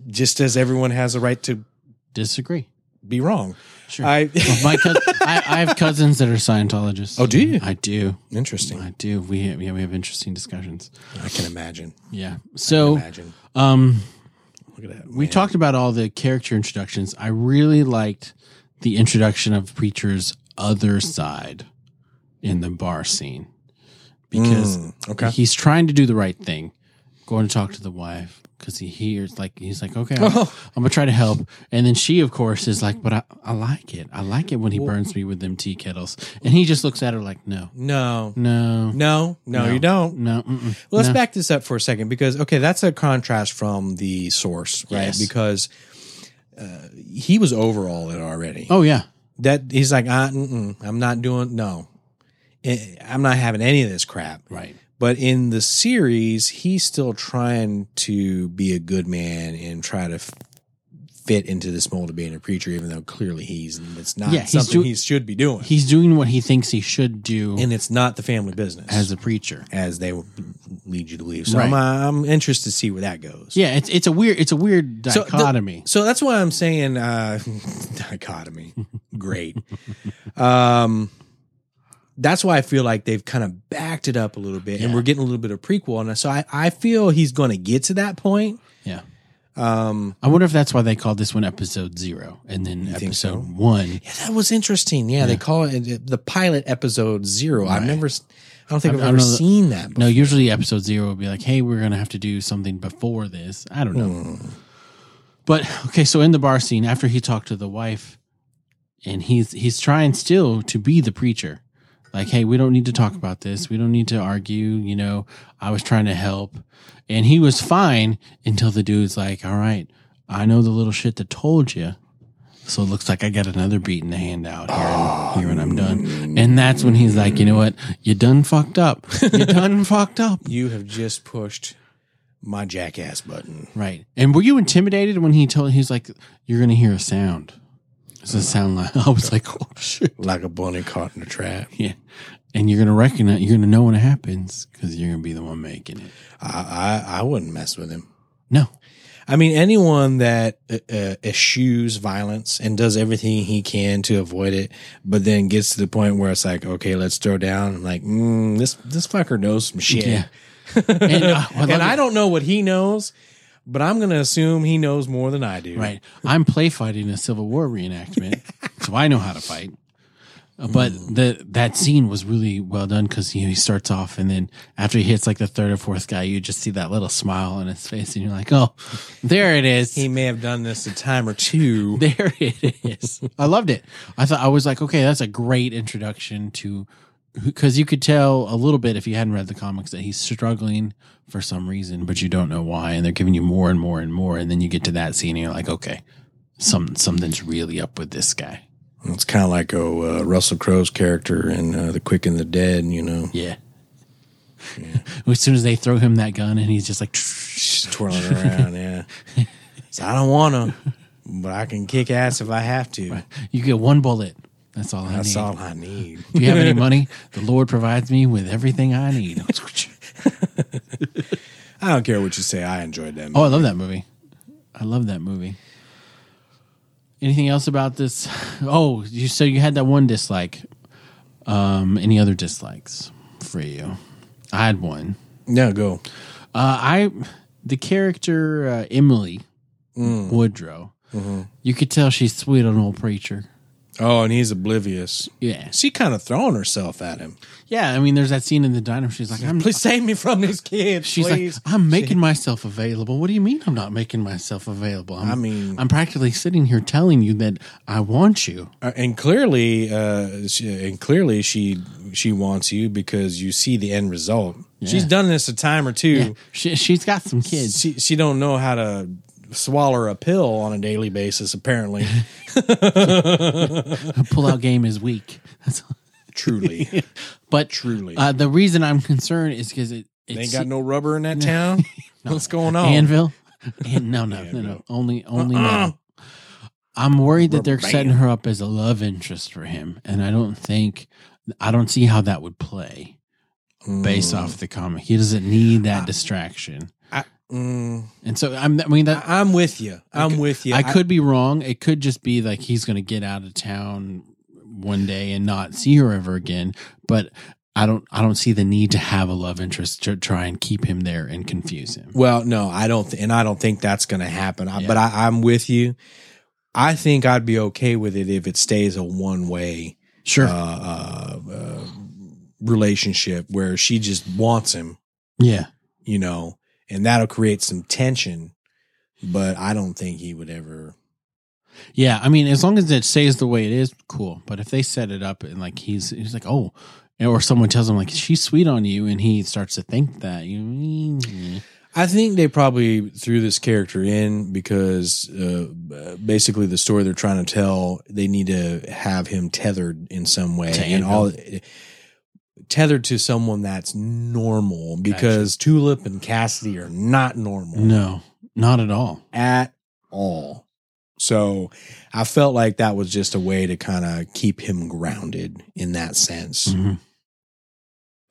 S2: just as everyone has a right to
S1: Disagree.
S2: be wrong.
S1: Sure.
S2: I
S1: Well, my cous- I, I have cousins that are Scientologists.
S2: Oh, do you?
S1: I do.
S2: interesting.
S1: I do. We have, yeah, we have interesting discussions.
S2: I can imagine.
S1: Yeah. So,
S2: Imagine.
S1: um,
S2: Look at that.
S1: we talked about all the character introductions. I really liked the introduction of Preacher's other side in the bar scene because
S2: Mm, okay.
S1: he's trying to do the right thing, going to talk to the wife because he hears like he's like, okay, I'm,
S2: Oh.
S1: I'm gonna try to help, and then she, of course, is like, but I, I like it. I like it when he burns me with them tea kettles, and he just looks at her like, no,
S2: No.
S1: no,
S2: No, no, you don't.
S1: no. Mm-mm.
S2: Well, let's back this up for a second because okay, that's a contrast from the source, right?
S1: Yes.
S2: Because uh, he was over all it already.
S1: Oh yeah,
S2: That he's like, uh, mm-mm, I'm not doing no, Eh, I'm not having any of this crap.
S1: right.
S2: But in the series, he's still trying to be a good man and try to f- fit into this mold of being a preacher, even though clearly he's it's not
S1: Yeah, he's do-
S2: something he should be doing,
S1: He's doing what he thinks he should do
S2: and it's not the family business
S1: as
S2: as
S1: a preacher.
S2: as they would lead you to believe. So
S1: Right.
S2: I'm, uh, I'm interested to see where that goes.
S1: Yeah, it's it's a weird it's a weird
S2: So the-
S1: dichotomy.
S2: So, that's why I'm saying uh, dichotomy. Great. um, that's why I feel like they've kind of backed it up a little bit, and
S1: Yeah.
S2: we're getting a little bit of prequel. And so I, I feel he's going to get to that point.
S1: yeah.
S2: Um,
S1: I wonder if that's why they called this one episode zero and then
S2: think
S1: episode
S2: so?
S1: one.
S2: yeah, that was interesting. Yeah, they call it uh, the pilot episode zero. I've
S1: Right.
S2: never, s- I don't think I've,
S1: I- I
S2: ever
S1: don't know the-
S2: seen that.
S1: No, usually episode zero would be like, hey, we're gonna have to do something before this. I don't know. But okay, so in the bar scene, after he talked to the wife, and he's he's trying still to be the preacher. Like, hey, we don't need to talk about this. We don't need to argue. You know, I was trying to help, and he was fine until the dude's like, "All right, I know the little shit that told you." So it looks like I got another beat in the hand out here, and, here when I'm done. And that's when he's like, "You know what? You done fucked up. You done fucked up."
S2: You have just pushed my jackass button.
S1: Right. And were you intimidated when he told he's like, You're gonna hear a sound. It's a sound like I was like, Oh shit.
S2: Like a bunny caught in a trap.
S1: Yeah. And you're gonna recognize you're gonna know when it happens because you're gonna be the one making it.
S2: I, I, I wouldn't mess with him.
S1: No.
S2: I mean, anyone that uh, uh, eschews violence and does everything he can to avoid it, but then gets to the point where it's like, okay, let's throw down. I'm like, mm, this this fucker knows some shit,
S1: Yeah.
S2: and,
S1: And, uh, I love
S2: I
S1: it.
S2: don't know what he knows, but I'm gonna assume he knows more than I do.
S1: Right. I'm play fighting a Civil War reenactment, so I know how to fight. Uh, But the that scene was really well done because you know, he starts off and then after he hits like the third or fourth guy, you just see that little smile on his face and you're like, oh, there it is.
S2: He may have done this a time or two.
S1: there it is. I loved it. I thought I was like, okay, that's a great introduction to because you could tell a little bit if you hadn't read the comics that he's struggling for some reason, but you don't know why, and they're giving you more and more and more, and then you get to that scene and you're like, okay, some something's really up with this guy.
S2: It's kind of like oh, uh, Russell Crowe's character in uh, The Quick and the Dead, you know,
S1: Yeah. as soon as they throw him that gun, and he's just like,
S2: just twirling around. Yeah, so I don't want to, but I can kick ass if I have to.
S1: you get one bullet. That's all I
S2: That's
S1: need.
S2: all I need.
S1: If you have any money, the Lord provides me with everything I need.
S2: I don't care what you say. I enjoyed that.
S1: Oh, I love that movie. I love that movie. Anything else about this? Oh, you so you had that one dislike. Um, any other dislikes for you? I had one.
S2: No, go.
S1: Uh, I the character uh, Emily
S2: Mm.
S1: Woodrow.
S2: Mm-hmm.
S1: You could tell she's sweet on old preacher.
S2: Oh, and he's oblivious.
S1: Yeah,
S2: She kind of throwing herself at him.
S1: yeah. I mean, there's that scene in the diner. She's like, "I'm."
S2: Please save me from these kids.
S1: She's
S2: please.
S1: like, "I'm making myself available." What do you mean? I'm not making myself available. I'm,
S2: I mean-
S1: I'm practically sitting here telling you that I want you.
S2: Uh, and clearly, uh, she, and clearly, she she wants you because you see the end result. She's done this a time or two.
S1: Yeah, she, she's got some kids.
S2: She she don't know how to swallow a pill on a daily basis. Apparently,
S1: Her pullout game is weak. That's,
S2: truly,
S1: but
S2: Truly.
S1: uh, the reason I'm concerned is because it
S2: they
S1: it's
S2: ain't got no rubber in that town. What's going on?
S1: Anvil. And no, no, no, no. Only, only metal.
S2: Uh-uh.
S1: I'm worried that they're
S2: Rubber
S1: setting her up as a love interest for him, and I don't think, I don't see how that would play
S2: Mm.
S1: based off the comic. He doesn't need that
S2: Uh,
S1: distraction,
S2: I, mm,
S1: and so I'm. I mean, that
S2: I- I'm with you. I'm with you.
S1: I could be wrong. It could just be like he's going to get out of town one day and not see her ever again. But I don't. I don't see the need to have a love interest to try and keep him there and confuse him.
S2: Well, no, I don't, th- and I don't think that's going to happen. I, But I, I'm with you. I think I'd be okay with it if it stays a one way
S1: Sure.
S2: uh, relationship where she just wants him,
S1: yeah.
S2: you know, and that'll create some tension. But I don't think he would ever.
S1: Yeah. I mean, as long as it stays the way it is, cool. But if they set it up and like he's he's like oh. Or someone tells him like she's sweet on you, and he starts to think that you.
S2: I think they probably threw this character in because uh, basically the story they're trying to tell, they need to have him tethered in some way,
S1: To
S2: and all tethered to someone that's normal because Tulip and Cassidy are not normal
S1: No, not at all.
S2: at all. So I felt like that was just a way to kind of keep him grounded in that sense.
S1: Mhm.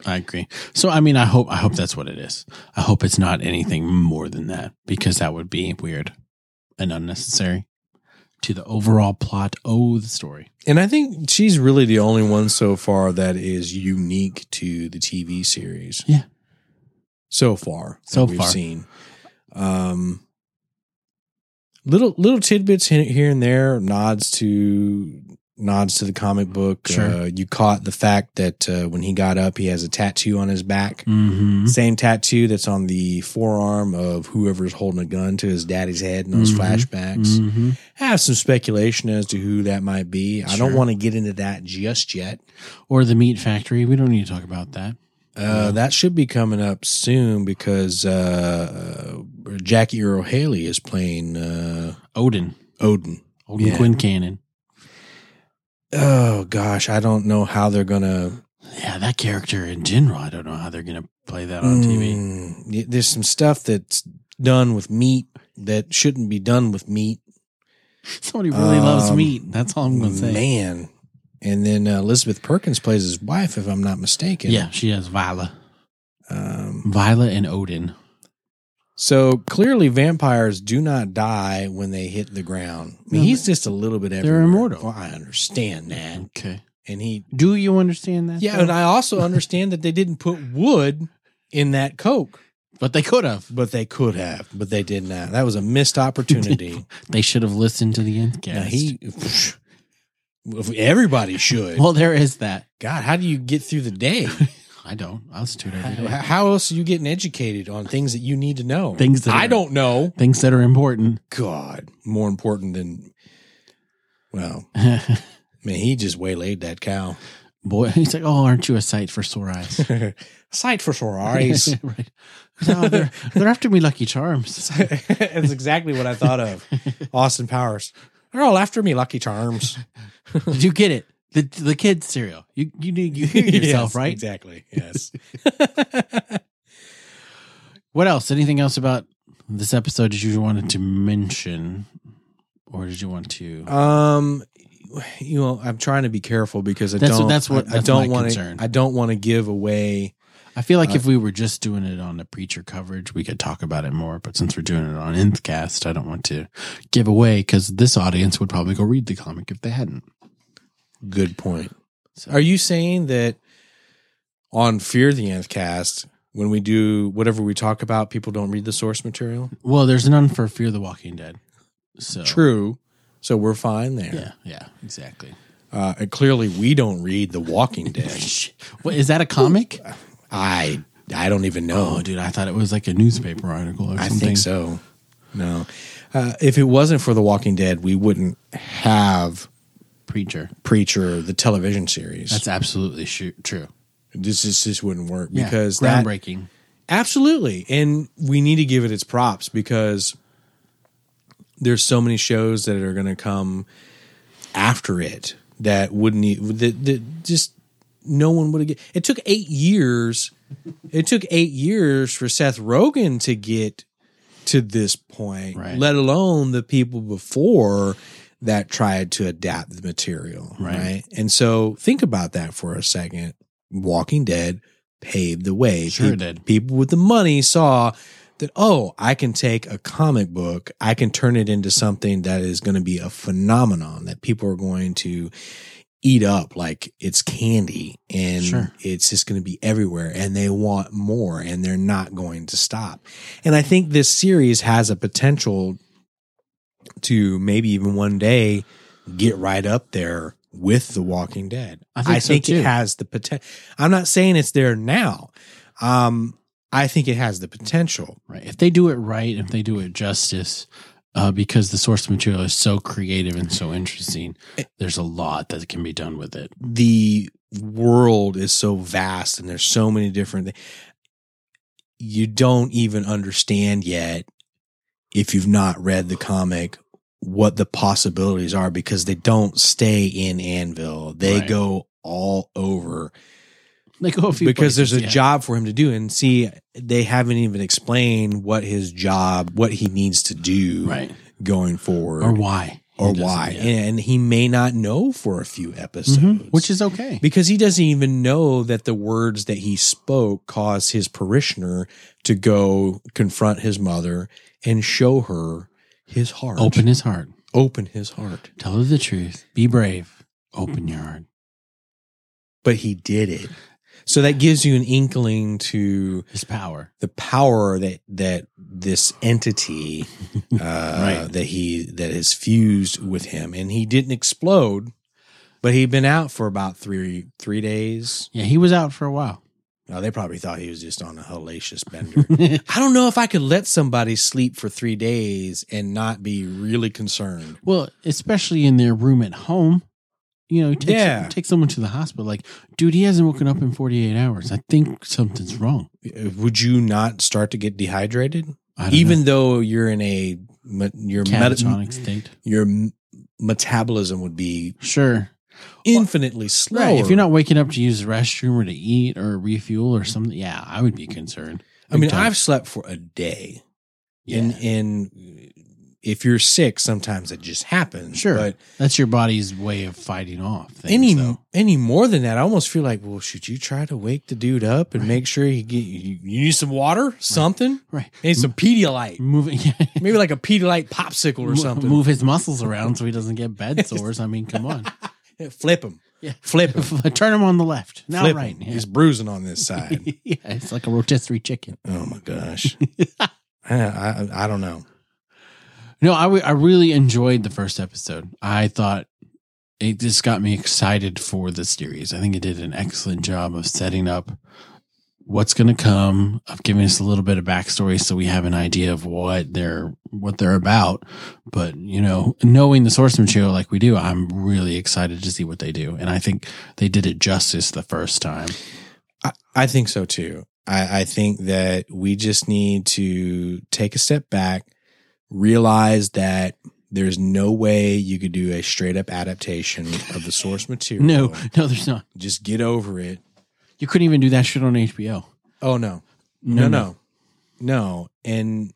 S1: I agree. So I mean, I hope I hope that's what it is. I hope it's not anything more than that because that would be weird and unnecessary to the overall plot of the story.
S2: And I think she's really the only one so far that is unique to the TV series.
S1: Yeah.
S2: So far. that
S1: So
S2: we've
S1: far.
S2: seen. Um little little tidbits he- here and there, nods to nods to the comic book.
S1: Sure.
S2: Uh, you caught the fact that uh, when he got up he has a tattoo on his back.
S1: Mm-hmm.
S2: Same tattoo that's on the forearm of whoever's holding a gun to his daddy's head in those
S1: Mhm.
S2: flashbacks have some speculation as to who that might be. I don't
S1: Sure.
S2: want to get into that just yet.
S1: Or the meat factory. We don't need to talk about that.
S2: Uh, That should be coming up soon because uh, uh, Jackie Earl Haley is playing uh,
S1: Odin,
S2: Odin.
S1: Odin
S2: Yeah.
S1: Quinn Cannon.
S2: Oh gosh, I don't know how they're gonna
S1: Yeah, that character in general. I don't know how they're gonna play that on TV.
S2: Mm, y- there's some stuff that's done with meat that shouldn't be done with meat.
S1: Somebody really loves
S2: Um,
S1: meat. That's all I'm gonna say.
S2: Man, and then uh, Elizabeth Perkins plays his wife, if I'm not mistaken.
S1: Yeah, she has Viola,
S2: Um,
S1: Viola, and Odin.
S2: So clearly, vampires do not die when they hit the ground. I mean,
S1: No,
S2: he's just a little bit everywhere.
S1: immortal.
S2: Well, I understand that,
S1: Okay.
S2: and he.
S1: Do you understand that?
S2: Yeah,
S1: though?
S2: and I also understand that they didn't put wood in that coke,
S1: but they could have.
S2: but they could have, but they did not. That was a missed opportunity.
S1: They should have listened to the end
S2: now he. Everybody should.
S1: well, there is that.
S2: God, how do you get through the day?
S1: I don't. I was too
S2: How-
S1: day.
S2: How else are you getting educated on things that you need to know?
S1: Things that
S2: I
S1: are-
S2: don't know.
S1: Things that are important.
S2: God, more important than well, man, he just waylaid that cow.
S1: Boy, he's like, oh, aren't you a sight for sore eyes?
S2: Sight for sore eyes.
S1: right. No, they're, they're after me, Lucky Charms.
S2: That's exactly what I thought of. Austin Powers. They're all after me, Lucky Charms.
S1: Did you get it? The the kids cereal. You you need you hear yourself,
S2: Yes,
S1: right?
S2: Exactly. Yes.
S1: What else? Anything else about this episode did you wanted to mention, or did you want to?
S2: Um, you know, I'm trying to be careful because I
S1: That's-
S2: don't.
S1: that's what-
S2: I,
S1: that's
S2: I
S1: my
S2: don't want to.
S1: concern.
S2: I don't want to give away.
S1: I feel like
S2: uh,
S1: if we were just doing it on the preacher coverage, we could talk about it more. But since we're doing it on Nthcast, I don't want to give away because this audience would probably go read the comic if they hadn't.
S2: Good point.
S1: So,
S2: Are you saying that on Fear the Nth cast, when we do whatever we talk about, people don't read the source material?
S1: well, there's none for Fear the Walking Dead. So
S2: True. So we're fine there.
S1: Yeah, yeah, exactly.
S2: Uh, and clearly, we don't read The Walking Dead.
S1: What is that a comic?
S2: I I don't even know.
S1: Oh, dude, I thought it was like a newspaper article or
S2: I
S1: something.
S2: think so. No. Uh, if it wasn't for The Walking Dead, we wouldn't have
S1: Preacher.
S2: Preacher, the television series.
S1: That's absolutely shu- true.
S2: this just this wouldn't work
S1: Yeah,
S2: because that
S1: groundbreaking.
S2: Absolutely. And we need to give it its props because there's so many shows that are going to come after it that wouldn't e- that, that just no one would have get it took 8 years it took 8 years for Seth Rogen to get to this point
S1: Right.
S2: let alone the people before that tried to adapt the material
S1: Right.
S2: right and so think about that for a second walking dead paved the way
S1: Sure
S2: Peop-
S1: did.
S2: people with the money saw that oh i can take a comic book i can turn it into something that is going to be a phenomenon that people are going to eat up like it's candy and
S1: Sure.
S2: it's just going to be everywhere and they want more and they're not going to stop and i think this series has a potential to maybe even one day get right up there with the walking dead
S1: I think so, too.
S2: it has the potential i'm not saying it's there now um i think it has the potential
S1: Right. If they do it right, if they do it justice, uh, because the source material is so creative and so interesting, there's a lot that can be done with it.
S2: the world is so vast and there's so many different thi- you don't even understand yet if you've not read the comic what the possibilities are because they don't stay in anvil they
S1: Right.
S2: go all over
S1: Like oh, a few
S2: because
S1: places,
S2: there's a
S1: yeah.
S2: job for him to do and see they haven't even explained what his job what he needs to do
S1: right
S2: going forward
S1: or why
S2: or
S1: He doesn't-
S2: why
S1: yeah.
S2: and he may not know for a few episodes
S1: Mhm. which is okay.
S2: because he doesn't even know that the words that he spoke caused his parishioner to go confront his mother and show her his heart
S1: Open his heart.
S2: open his heart
S1: Tell her the truth. Be brave. Open your heart.
S2: but he did it so that gives you an inkling to
S1: His power.
S2: the power that that this entity uh,
S1: Right.
S2: that he that is fused with him, and he didn't explode, but he'd been out for about three three days.
S1: Yeah, he was out for a while.
S2: Now they probably thought he was just on a hellacious bender. I don't know if I could let somebody sleep for three days and not be really concerned.
S1: Well, especially in their room at home. You know, take,
S2: Yeah.
S1: take someone to the hospital. Like, dude, he hasn't woken up in 48 hours. I think something's wrong.
S2: Would you not start to get dehydrated,
S1: I don't
S2: even
S1: know.
S2: though you're in a me- your meta,
S1: catatonic state.
S2: your m- metabolism would be
S1: Sure.
S2: infinitely slower?
S1: Right. If you're not waking up to use the restroom or to eat or refuel or something, yeah, I would be concerned.
S2: I mean,
S1: Big time.
S2: I've slept for a day
S1: Yeah.
S2: in in if you're sick, sometimes it just happens.
S1: Sure.
S2: But
S1: That's your body's way of fighting off things.
S2: any
S1: though.
S2: any more than that, I almost feel like, well, should you try to wake the dude up and make sure he get you, you need some water, something,
S1: Right.
S2: You need some Pedialyte,
S1: Moving yeah.
S2: maybe like a Pedialyte popsicle or
S1: Mo-
S2: something.
S1: Move his muscles around so he doesn't get bed sores. I mean, come on.
S2: Flip him,
S1: Yeah.
S2: flip him,
S1: Turn him on the left. Now
S2: flip
S1: right.
S2: him.
S1: Yeah.
S2: He's bruising on this side.
S1: yeah, it's like a rotisserie chicken.
S2: oh my gosh, I, I, I don't know.
S1: No, I, w- I really enjoyed the first episode. I thought it just got me excited for the series. I think it did an excellent job of setting up what's going to come, of giving us a little bit of backstory so we have an idea of what they're what they're about. But you know, knowing the source material like we do, I'm really excited to see what they do, and I think they did it justice the first time.
S2: I, I think so too. I, I think that we just need to take a step back, realize that there's no way you could do a straight up adaptation of the source material.
S1: No, no, there's not.
S2: Just get over it.
S1: You couldn't even do that shit on HBO.
S2: Oh, no. No, no. No. And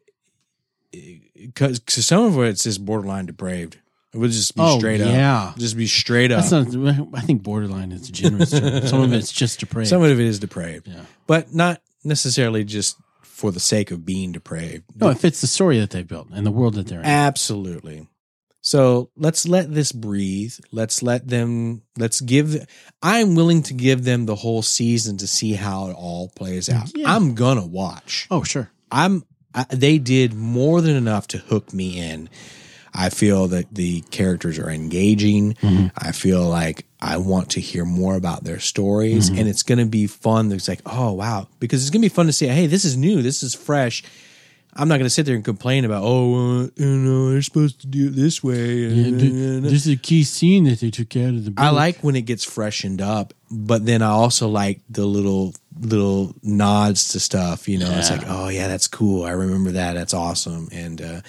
S2: because some of it's just borderline depraved. It would just be
S1: Oh,
S2: straight up.
S1: yeah.
S2: Just be straight up.
S1: That's not. I think borderline is a generous term. Some of it's just depraved.
S2: some of it is depraved,
S1: yeah.
S2: but not necessarily just for the sake of being depraved.
S1: No, it fits the story that they built and the world that they're in.
S2: Ah. Absolutely. So let's let this breathe. Let's let them, let's give, I'm willing to give them the whole season to see how it all plays out.
S1: Yeah.
S2: I'm going to watch.
S1: oh, sure.
S2: I'm, I, they did more than enough to hook me in. I feel that the characters are engaging.
S1: Mhm.
S2: I feel like I want to hear more about their stories and it's going to be fun. It's like, oh, wow. Because it's going to be fun to say, hey, this is new. This is fresh. I'm not going to sit there and complain about, oh, uh, you know, they're supposed to do it this way.
S1: is a key scene that they took out of the.
S2: I like when it gets freshened up, but then I also like the little little nods to stuff. You know, it's
S1: Yeah.
S2: like, oh yeah, that's cool. I remember that. That's awesome. And uh,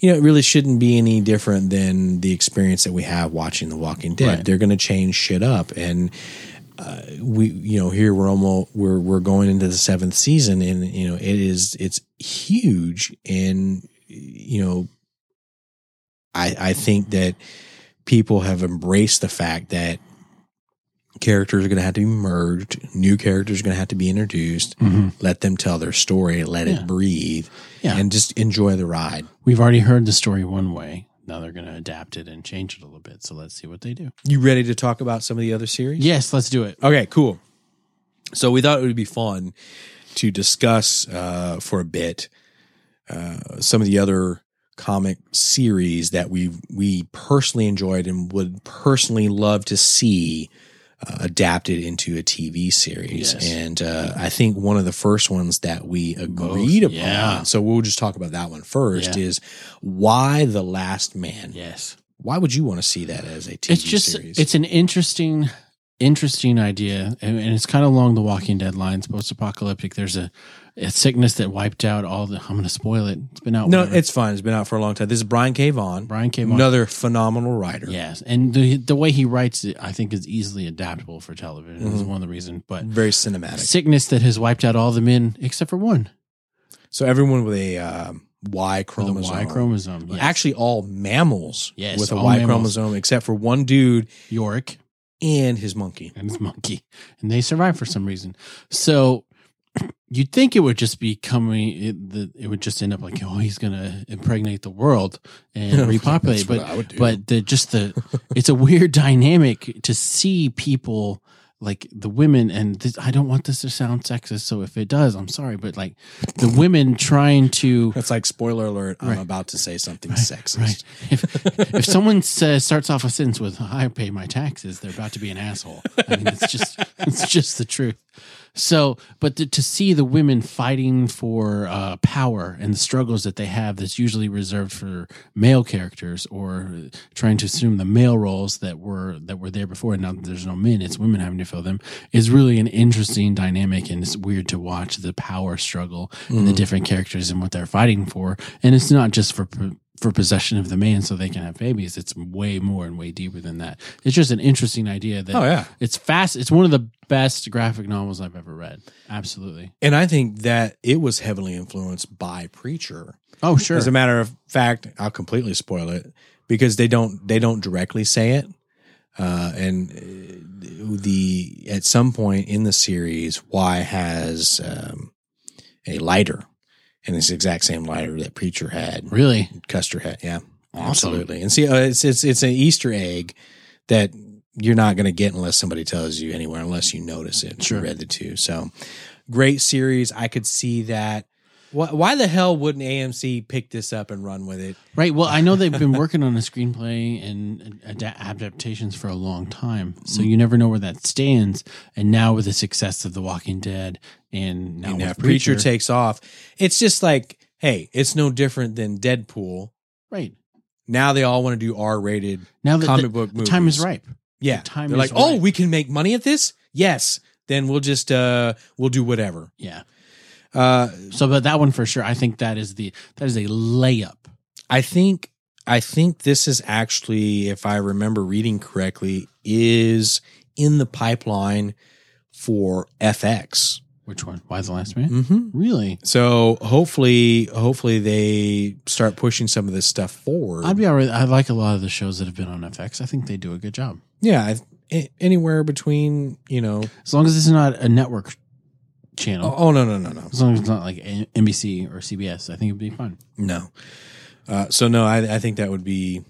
S2: you know, it really shouldn't be any different than the experience that we have watching The Walking Dead.
S1: Right.
S2: They're going to change shit up, and uh, we, you know, here we're almost we're we're going into the seventh season, and you know, it is it's huge, and you know, I I think that people have embraced the fact that characters are going to have to be merged, new characters are going to have to be introduced.
S1: Mm-hmm.
S2: Let them tell their story, let
S1: Yeah.
S2: it breathe,
S1: Yeah.
S2: and just enjoy the ride.
S1: We've already heard the story one way. Now they're going to adapt it and change it a little bit. So let's see what they do.
S2: You ready to talk about some of the other series?
S1: Yes, let's do it.
S2: Okay, cool. So we thought it would be fun to discuss uh, for a bit uh, some of the other comic series that we we personally enjoyed and would personally love to see uh, adapted into a TV series.
S1: Yes.
S2: And uh, I think one of the first ones that we agreed upon.
S1: yeah.
S2: So we'll just talk about that one first.
S1: Yeah.
S2: Is why the Last Man?
S1: Yes,
S2: Why would you want to see that as a TV
S1: it's just
S2: series?
S1: it's an interesting, interesting idea, and, and it's kind of along the Walking Dead lines, post-apocalyptic. There's a, a sickness that wiped out all the. I'm going to spoil it. It's been out.
S2: No,
S1: Oh, whatever.
S2: it's fine. It's been out for a long time. This is Brian K. Vaughan,
S1: Brian came on.
S2: another phenomenal writer.
S1: Yes, and the the way he writes it, I think, is easily adaptable for television. Is one of the reasons. But
S2: Very cinematic.
S1: sickness that has wiped out all the men except for one,
S2: So everyone with a um, Y
S1: for the
S2: chromosome.
S1: Y chromosome. Yes.
S2: Actually, all mammals
S1: Yes,
S2: with a
S1: all
S2: Y
S1: mammals.
S2: chromosome, except for one dude
S1: Yorick
S2: and his monkey.
S1: and his monkey, and they survive for some reason. So you'd think it would just be coming. It, the, it would just end up like, oh, he's gonna impregnate the world and repopulate.
S2: That's
S1: but
S2: what I would do.
S1: but the just the it's a weird dynamic to see people like the women and this, I don't want this to sound sexist so if it does I'm sorry but like the women trying to
S2: that's like spoiler alert.
S1: Right.
S2: I'm about to say something sexist.
S1: right if, if someone says, starts off a sentence with I pay my taxes they're about to be an asshole I mean it's just it's just the truth so but to, to see the women fighting for uh, power and the struggles that they have that's usually reserved for male characters or trying to assume the male roles that were that were there before and now that there's no men it's women having to fill them is really an interesting dynamic and it's weird to
S2: Mm.
S1: watch the power struggle and the different characters and what they're fighting for and it's not just for p- for possession of the man so they can have babies. It's way more and way deeper than that. It's just an interesting idea that
S2: Oh yeah.
S1: it's fast. It's one of the best graphic novels I've ever read. Absolutely.
S2: And I think that it was heavily influenced by Preacher.
S1: Oh, sure.
S2: As a matter of fact, I'll completely spoil it because they don't they don't directly say it. Uh, and uh, the at some point in the series, Y has um, a lighter, and it's the exact same lighter that Preacher had,
S1: really?
S2: Custer had. Yeah,
S1: Awesome.
S2: absolutely. And see, uh, it's it's it's an Easter egg that you're not going to get unless somebody tells you anywhere, unless you notice it.
S1: Sure.
S2: You read the two, so great series. I could see that. Why, why the hell wouldn't AMC pick this up and run with it?
S1: Right. Well, I know they've been working on a screenplay and ada- adaptations for a long time, so you never know where that stands. And now with the success of The Walking Dead, and now
S2: And
S1: with
S2: if Preacher, takes off. It's just like, hey, it's no different than Deadpool.
S1: right
S2: Now they all want to do R-rated
S1: now that
S2: comic
S1: the,
S2: book
S1: the
S2: movies.
S1: time is ripe.
S2: Yeah,
S1: the time
S2: they're
S1: is
S2: like, oh,
S1: right.
S2: we can make money at this. Yes, then we'll just uh we'll do whatever.
S1: Yeah.
S2: Uh,
S1: So, but that one for sure, I think that is the that is a layup.
S2: I think I think this is actually, if I remember reading correctly, is in the pipeline for FX.
S1: Which one? Why the Last Man?
S2: Mm-hmm.
S1: Really?
S2: So hopefully, hopefully they start pushing some of this stuff forward.
S1: I'd be alright. I like a lot of the shows that have been on FX. I think they do a good job,
S2: yeah, I- anywhere between you know.
S1: as long as it's not a network channel.
S2: Oh, oh, no no no no
S1: As long as it's not like N- NBC or CBS, I think it'd be fun.
S2: no. Uh, so no, I, I think that would be.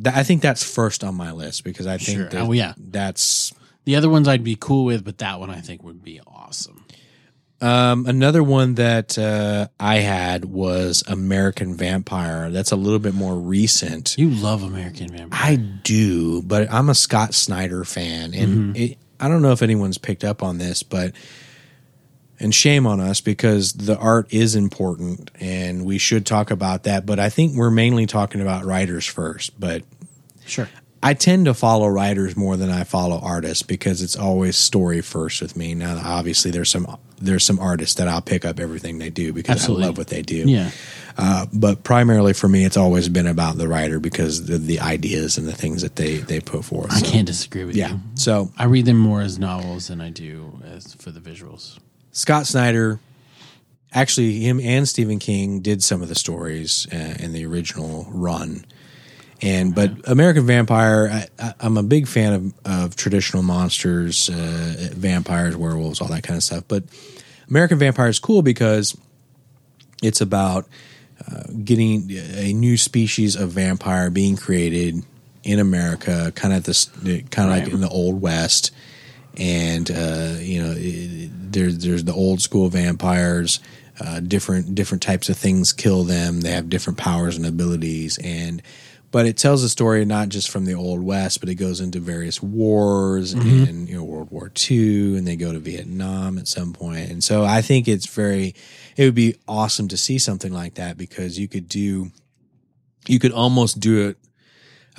S2: That, I think that's first on my list because I think
S1: Sure.
S2: that
S1: Oh yeah.
S2: that's
S1: The other ones I'd be cool with, but that one I think would be awesome.
S2: um, another one that uh, I had was American Vampire. That's a little bit more recent.
S1: You love American Vampire.
S2: I do, but I'm a Scott Snyder fan, and it, I don't know if anyone's picked up on this, but and shame on us because the art is important, and we should talk about that. But I think we're mainly talking about writers first. But
S1: Sure.
S2: I tend to follow writers more than I follow artists because it's always story first with me. Now, obviously, there's some there's some artists that I'll pick up everything they do because
S1: Absolutely.
S2: I love what they do
S1: Yeah.
S2: but primarily for me, it's always been about the writer because the, the ideas and the things that they they put forth.
S1: I
S2: So,
S1: can't disagree with
S2: yeah.
S1: you.
S2: So
S1: I read them more as novels than I do as for the visuals.
S2: Scott Snyder, actually, him and Stephen King did some of the stories uh, in the original run. And but American Vampire, I, I, I'm a big fan of, of traditional monsters, uh, vampires, werewolves, all that kind of stuff. But American Vampire is cool because it's about uh, getting a new species of vampire being created in America, kind of this, kind of like
S1: Right.
S2: in the old west, and uh, you know, it, there's there's the old school vampires. Uh, different different types of things kill them. They have different powers and abilities, and but it tells the story not just from the old west, but it goes into various wars and you know World War II, and they go to Vietnam at some point. And so I think it's very, it would be awesome to see something like that because you could do, you could almost do it.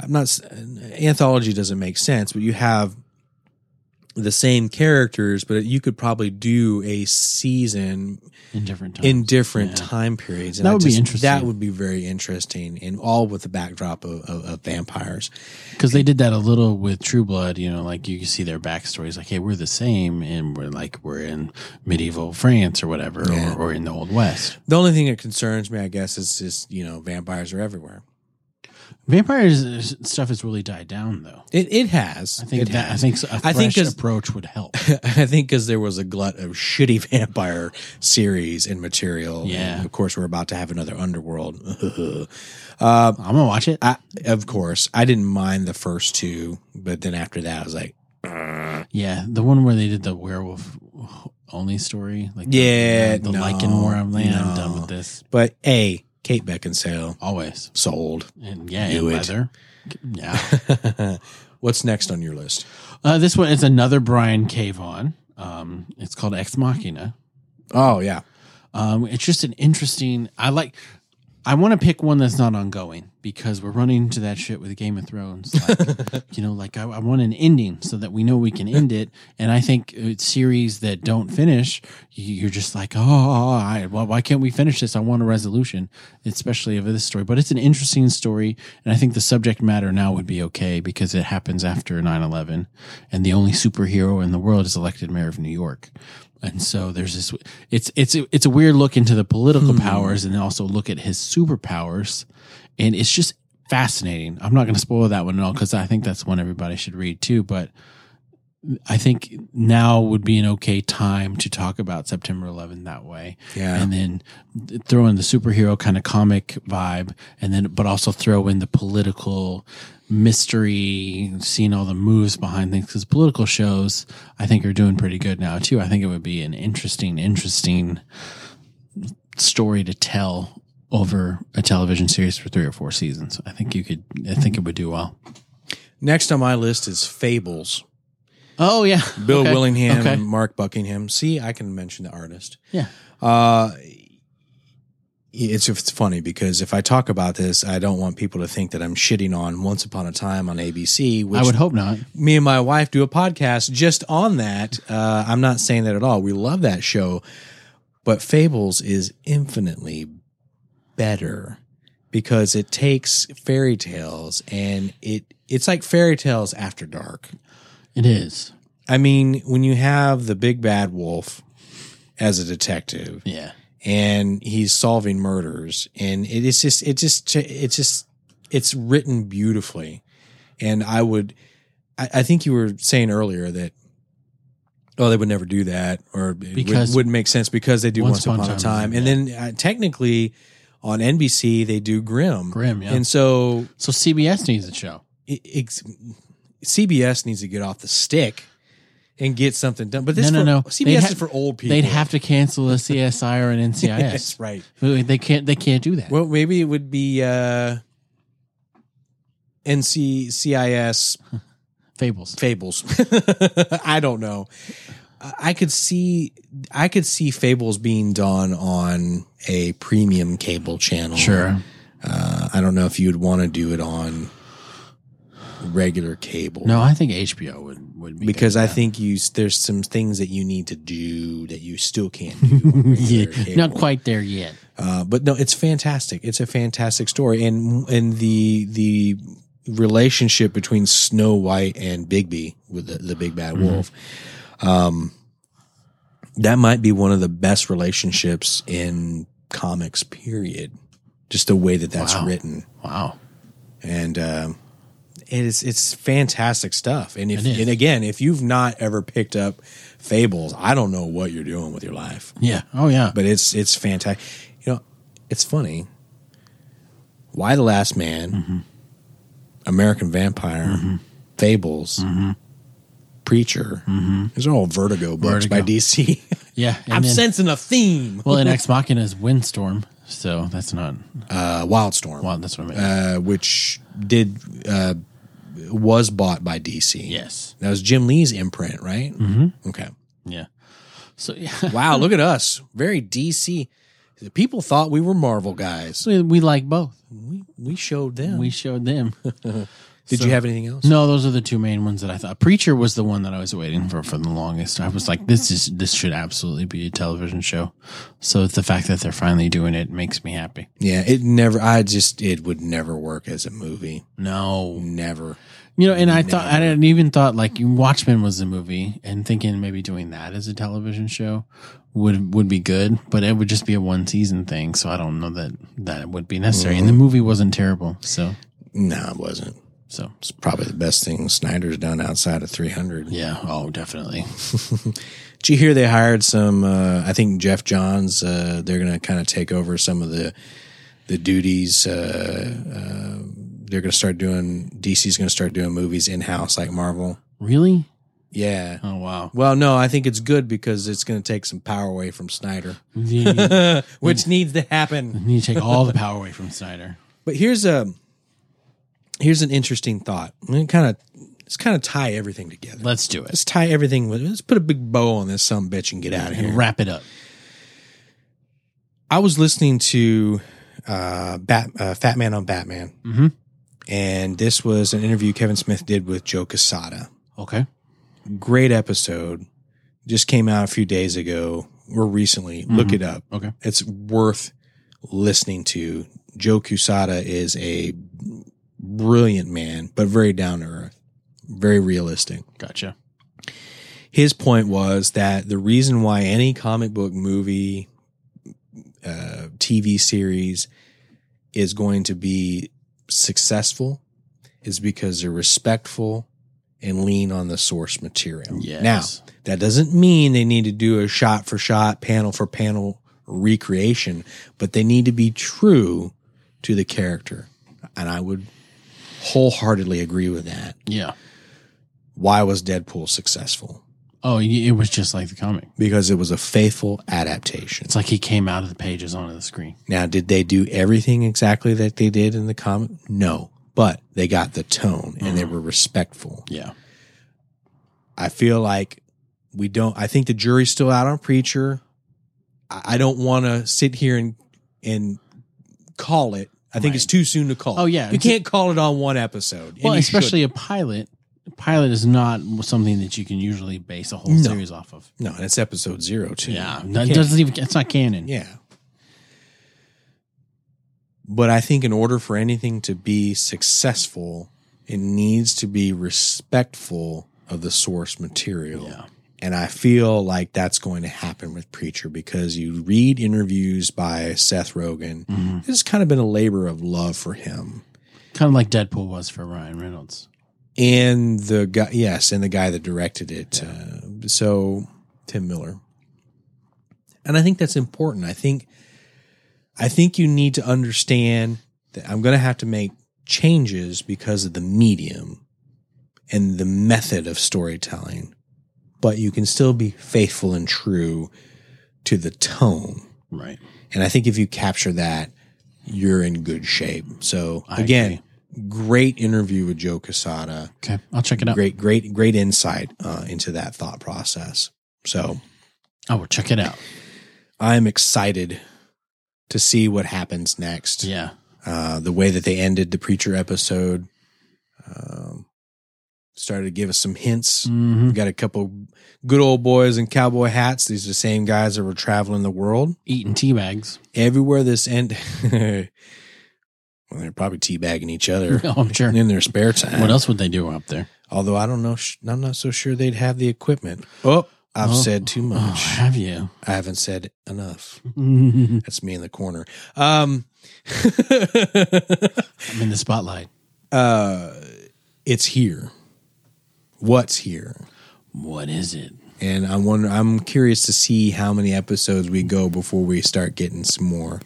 S2: I'm not s- anthology doesn't make sense, but you have the same characters, but you could probably do a season
S1: In different times.
S2: in different
S1: Oh, Yeah.
S2: time periods.
S1: That
S2: I
S1: would be interesting.
S2: That would be very interesting, and all with the backdrop of, of, of vampires.
S1: Because they did that a little with True Blood, you know, like you can see their backstories, like, hey, we're the same, and we're like, we're in medieval France or whatever,
S2: Yeah.
S1: or, or in the Old West.
S2: The only thing that concerns me, I guess, is just you know vampires are everywhere.
S1: Vampires uh, stuff has really died down, though.
S2: It it has.
S1: I think
S2: it
S1: that, I
S2: has.
S1: think a fresh
S2: I think 'cause-
S1: approach would help.
S2: I think because there was a glut of shitty vampire series and material.
S1: Yeah.
S2: And of course, we're about to have another underworld.
S1: I'm gonna watch it.
S2: I, of course, I didn't mind the first two, but then after that, I was like,
S1: Yeah, the one where they did the werewolf only story, like the-
S2: Yeah,
S1: the, the
S2: no,
S1: lichen where I'm like, I'm
S2: no.
S1: done with this.
S2: but a Kate Beckinsale
S1: Always,
S2: sold.
S1: and yeah,
S2: Do
S1: and
S2: it.
S1: leather. Yeah,
S2: What's next on your list?
S1: uh, this one is another Brian Cavon. Um, it's called Ex Machina.
S2: Oh yeah,
S1: Um, it's just an interesting. I like. I want to pick one that's not ongoing. because we're running into that shit with Game of Thrones. Like, you know, like I, I want an ending so that we know we can end it. And I think uh, series that don't finish, you- you're just like, oh, I, why, why can't we finish this? I want a resolution, especially of this story. But it's an interesting story. And I think the subject matter now would be okay because it happens after 9 11. And the only superhero in the world is elected mayor of New York. And so there's this. It's it's it's a weird look into the political powers, and then also look at his superpowers, and it's just fascinating. I'm not going to spoil that one at all because I think that's one everybody should read too. But I think now would be an okay time to talk about September 11 that way,
S2: Yeah.
S1: and then th- throw in the superhero kind of comic vibe, and then but also throw in the political mystery, seeing all the moves behind things because political shows I think are doing pretty good now too. I think it would be an interesting, interesting story to tell over a television series for three or four seasons. I think you could. I think it would do well.
S2: Next on my list is Fables.
S1: Oh yeah,
S2: Bill
S1: Okay.
S2: Willingham
S1: Okay.
S2: and Mark Buckingham. See, I can mention the artist.
S1: Yeah.
S2: Uh, it's it's funny because if I talk about this, I don't want people to think that I'm shitting on Once Upon a Time on ABC, which
S1: I would hope not.
S2: me and my wife do a podcast just on that. Uh, I'm not saying that at all. We love that show, but Fables is infinitely better because it takes fairy tales and it it's like fairy tales after dark.
S1: It is.
S2: I mean, when you have the big bad wolf as a detective
S1: Yeah.
S2: and he's solving murders and it is just it just it's just it's written beautifully and i would i, I think you were saying earlier that oh they would never do that or
S1: Because-
S2: it would, not make sense because they do once, upon, a time,
S1: Is-
S2: and then uh, technically on nbc they do grimm
S1: Grim. Yeah.
S2: and so
S1: so CBS needs a show.
S2: it, it's- cbs needs to get off the stick and get something done but this
S1: No,
S2: for,
S1: no, no.
S2: cbs
S1: They'd
S2: is
S1: ha-
S2: for old people
S1: They'd have to cancel a CSI or an NCIS.
S2: yes right
S1: They can't. They can't do that.
S2: Well, maybe it would be uh, NCCIS
S1: Fables.
S2: Fables. I don't know. I I could see I could see Fables being done on a premium cable channel.
S1: Sure.
S2: Uh, I don't know if you'd want to do it on regular cable.
S1: No, I think HBO would would be
S2: Because I think you s- there's some things that you need to do that you still can't do. on
S1: yeah,
S2: regular cable.
S1: not quite there yet.
S2: Uh, but no, it's fantastic. It's a fantastic story, and and the the relationship between Snow White and Bigby with the, the big
S1: Mm-hmm.
S2: bad wolf, um, that might be one of the best relationships in comics. Period. Just the way that that's
S1: Wow.
S2: written,
S1: Wow.
S2: and um, it is it's fantastic stuff. And if
S1: It is.
S2: and again, if you've not ever picked up Fables, I don't know what you're doing with your life
S1: Yeah. Oh yeah.
S2: but it's it's fantastic. You know, it's funny. Why the Last Man,
S1: Mm-hmm.
S2: American Vampire, Fables,
S1: Mm-hmm.
S2: Preacher. These are all Vertigo books by
S1: Vertigo.
S2: DC.
S1: yeah. and
S2: I'm
S1: then-
S2: sensing a theme.
S1: Well, and Ex Machina is Windstorm, so that's not.
S2: Uh, Wildstorm,
S1: Well, that's what I mean.
S2: uh, which did uh, was bought by DC.
S1: yes.
S2: that was Jim Lee's imprint, right? Mm-hmm. Okay.
S1: Yeah. So yeah.
S2: Wow, look at us. Very DC. The People thought we were Marvel guys.
S1: We, we like both.
S2: We we showed them.
S1: We showed them.
S2: Did you have anything else?
S1: No, those are the two main ones that I thought. Preacher was the one that I was waiting for for the longest. I was like, this is this should absolutely be a television show. So the fact that they're finally doing it makes me happy.
S2: Yeah, it never. I just it would never work as a movie.
S1: No,
S2: Never.
S1: You know, and I thought I didn't even thought like Watchmen was a movie, and thinking maybe doing that as a television show would would be good, but it would just be a one season thing. So I don't know that that would be necessary. And the movie wasn't terrible, so
S2: No, it wasn't.
S1: so
S2: It's probably the best thing Snyder's done outside of 300.
S1: yeah. Oh, definitely.
S2: Did you hear they hired some? Uh, I think Jeff Johns. Uh, they're going to kind of take over some of the the duties. Uh, uh, they're going to start doing. DC's going to start doing movies in house like Marvel.
S1: Really?
S2: Yeah.
S1: Oh wow.
S2: Well, no, I think it's good because it's going to take some power away from Snyder,
S1: You need
S2: which needs to happen.
S1: you take all the power away from Snyder.
S2: But here's a here's an interesting thought. I'm gonna kind of let's kind of tie everything together.
S1: Let's do it.
S2: Let's tie everything with. Let's put a big bow on this some bitch and get out of here.
S1: Wrap it up.
S2: I was listening to uh, Bat, uh, Fat Man on Batman,
S1: Mhm.
S2: and this was an interview Kevin Smith did with Joe Casada.
S1: Okay.
S2: Great episode, just came out a few days ago or recently. Look
S1: Mhm.
S2: it up.
S1: Okay.
S2: it's worth listening to. Joe Casada is a brilliant man, but very down to earth, very realistic
S1: Gotcha.
S2: his point was that the reason why any comic book movie, uh, TV series is going to be successful is because they're respectful and lean on the source material.
S1: Yes.
S2: Now, that doesn't mean they need to do a shot for shot, panel for panel recreation, but they need to be true to the character. And I would wholeheartedly agree with that.
S1: Yeah.
S2: Why was Deadpool successful?
S1: Oh, y- it was just like the comic.
S2: because it was a faithful adaptation.
S1: It's like he came out of the pages onto the screen.
S2: Now, did they do everything exactly that they did in the comic? No, but they got the tone and they were respectful.
S1: Yeah.
S2: I feel like we don't, I think the jury's still out on Preacher. I, I don't want to sit here and, and call it. I think
S1: Right.
S2: it's too soon to call.
S1: Oh, yeah.
S2: You can't call it on one episode. and
S1: Well,
S2: you shouldn't.
S1: especially a pilot. Pilot is not something that you can usually base a whole
S2: No.
S1: series off of.
S2: No, and it's episode zero, too.
S1: Yeah,
S2: You
S1: that
S2: can't-
S1: doesn't even. It's not canon.
S2: Yeah. But I think in order for anything to be successful, it needs to be respectful of the source material.
S1: Yeah.
S2: And I feel like that's going to happen with Preacher because you read interviews by Seth Rogen. This has kind of been a labor of love for him.
S1: Kind of like Deadpool was for Ryan Reynolds.
S2: And the guy, yes, and the guy that directed it. Uh, so Tim Miller. And I think that's important. I think I think you need to understand that I'm going to have to make changes because of the medium and the method of storytelling, but you can still be faithful and true to the tone.
S1: Right.
S2: And I think if you capture that, you're in good shape. So
S1: I
S2: again, great interview with Joe Casada.
S1: Okay. I'll check it out.
S2: Great, great, great insight uh, into that thought process. So
S1: I will check it out.
S2: I'm excited to see what happens next.
S1: Yeah.
S2: Uh, the way that they ended the preacher episode um, started to give us some hints.
S1: hmm
S2: We got a couple good old boys in cowboy hats. These are the same guys that were traveling the world.
S1: Eating tea bags.
S2: everywhere this end well they're probably teabagging each other
S1: Oh, I'm sure.
S2: in their spare time
S1: What else would they do up there?
S2: although i don't know sh- i'm not so sure they'd have the equipment oh i've
S1: Oh.
S2: said too
S1: Oh,
S2: much
S1: have you?
S2: i haven't said enough
S1: I'm
S2: that's me in the corner um
S1: in the spotlight.
S2: uh it's here what's here
S1: What is it?
S2: and i wonder i'm curious to see how many episodes we go before we start getting some more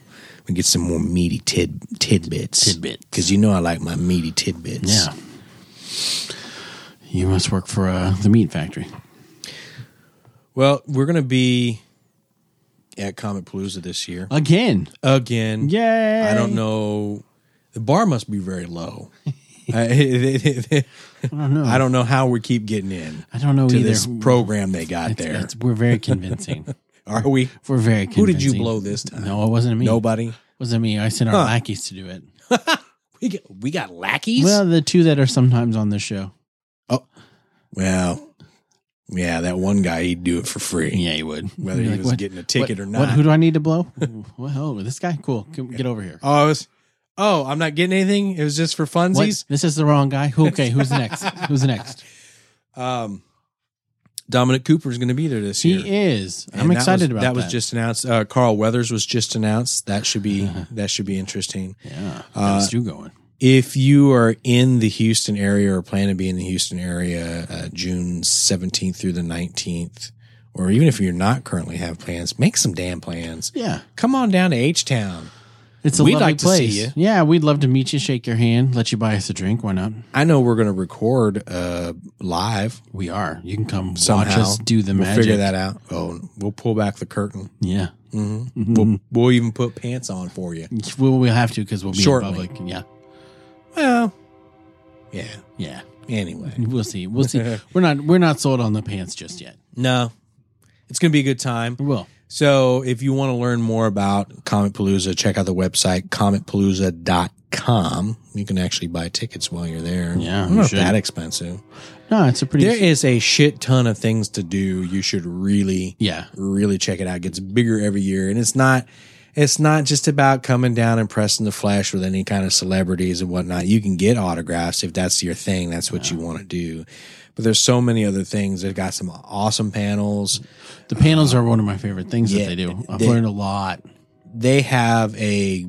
S2: we get some more meaty tid tidbits
S1: Tidbit.
S2: Because you know I like my meaty tidbits.
S1: Yeah. You must work for uh, the meat factory.
S2: Well, we're gonna be at Comic Palooza this year
S1: Again.
S2: again.
S1: Yay.
S2: I don't know. The bar must be very low. I,
S1: I don't know.
S2: I don't know how we keep getting in
S1: I don't know
S2: to
S1: either.
S2: this program they got
S1: It's-
S2: there.
S1: it's- we're very convincing.
S2: Are we?
S1: We're very convincing.
S2: Who did you blow this time?
S1: No, it wasn't me.
S2: Nobody.
S1: It wasn't me. I sent our lackeys to do it.
S2: We got, we got lackeys.
S1: Well, the two that are sometimes on this show.
S2: Well, yeah, that one guy he'd do it for free,
S1: Yeah, you would.
S2: whether
S1: You're
S2: he
S1: like,
S2: was
S1: what-
S2: getting a ticket
S1: what-
S2: or not.
S1: What, who do I need to blow? well, this guy? Cool. Come, Get over here.
S2: oh, I was, oh, I'm not getting anything. It was just for
S1: What?
S2: funsies.
S1: This is the wrong guy. Who, okay, who's next? Who's next?
S2: Um, Dominic Cooper is going to be there this year.
S1: He is. I'm
S2: And that
S1: excited about
S2: was- that. Was just announced. Uh, Carl Weathers was just announced. That should be
S1: Uh-huh.
S2: that should be interesting.
S1: yeah.
S2: uh,
S1: That's you going.
S2: If you are in the Houston area or plan to be in the Houston area, uh, June 17th through the 19th, or even if you're not currently have plans, make some damn plans.
S1: Yeah,
S2: Come on down to H Town.
S1: it's a
S2: We'd
S1: lovely
S2: like to see
S1: place.
S2: you.
S1: Yeah, we'd love to meet you, shake your hand, let you buy us a drink. Why not?
S2: I know we're going to record uh, live.
S1: We are. You can come watch
S2: Somehow.
S1: us do the
S2: We'll
S1: magic.
S2: figure that out. Oh, we'll pull back the curtain.
S1: Yeah, Mm-hmm.
S2: We'll, we'll even put pants on for you.
S1: we'll, we'll have to because we'll be
S2: Shortly.
S1: in public. Yeah,
S2: Well, yeah.
S1: yeah.
S2: Anyway,
S1: We'll see. We'll see. we're not. We're not sold on the pants just yet.
S2: no, it's gonna be a good time.
S1: Well,
S2: So if you want to learn more about Comic Palooza, check out the website comicpalooza.com. You can actually buy tickets while you're there.
S1: Yeah,
S2: I don't know
S1: you
S2: if
S1: should.
S2: that expensive.
S1: No, it's a pretty.
S2: There is a shit ton of things to do. You should really
S1: yeah.
S2: really check it out. It gets bigger every year, and it's not it's not just about coming down and pressing the flesh with any kind of celebrities and whatnot. You can get autographs if that's your thing. That's what you want to do. But there's so many other things. They've got some awesome panels.
S1: The panels are one of my favorite things
S2: yeah,
S1: that they do. I've
S2: they-
S1: learned a lot.
S2: They have a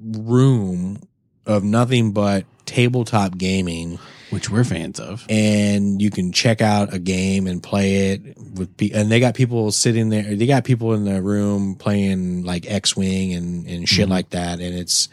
S2: room of nothing but tabletop gaming.
S1: which we're fans of.
S2: and you can check out a game and play it with pe- and they got people sitting there they got people in the room playing like x-wing and, and shit like that and it's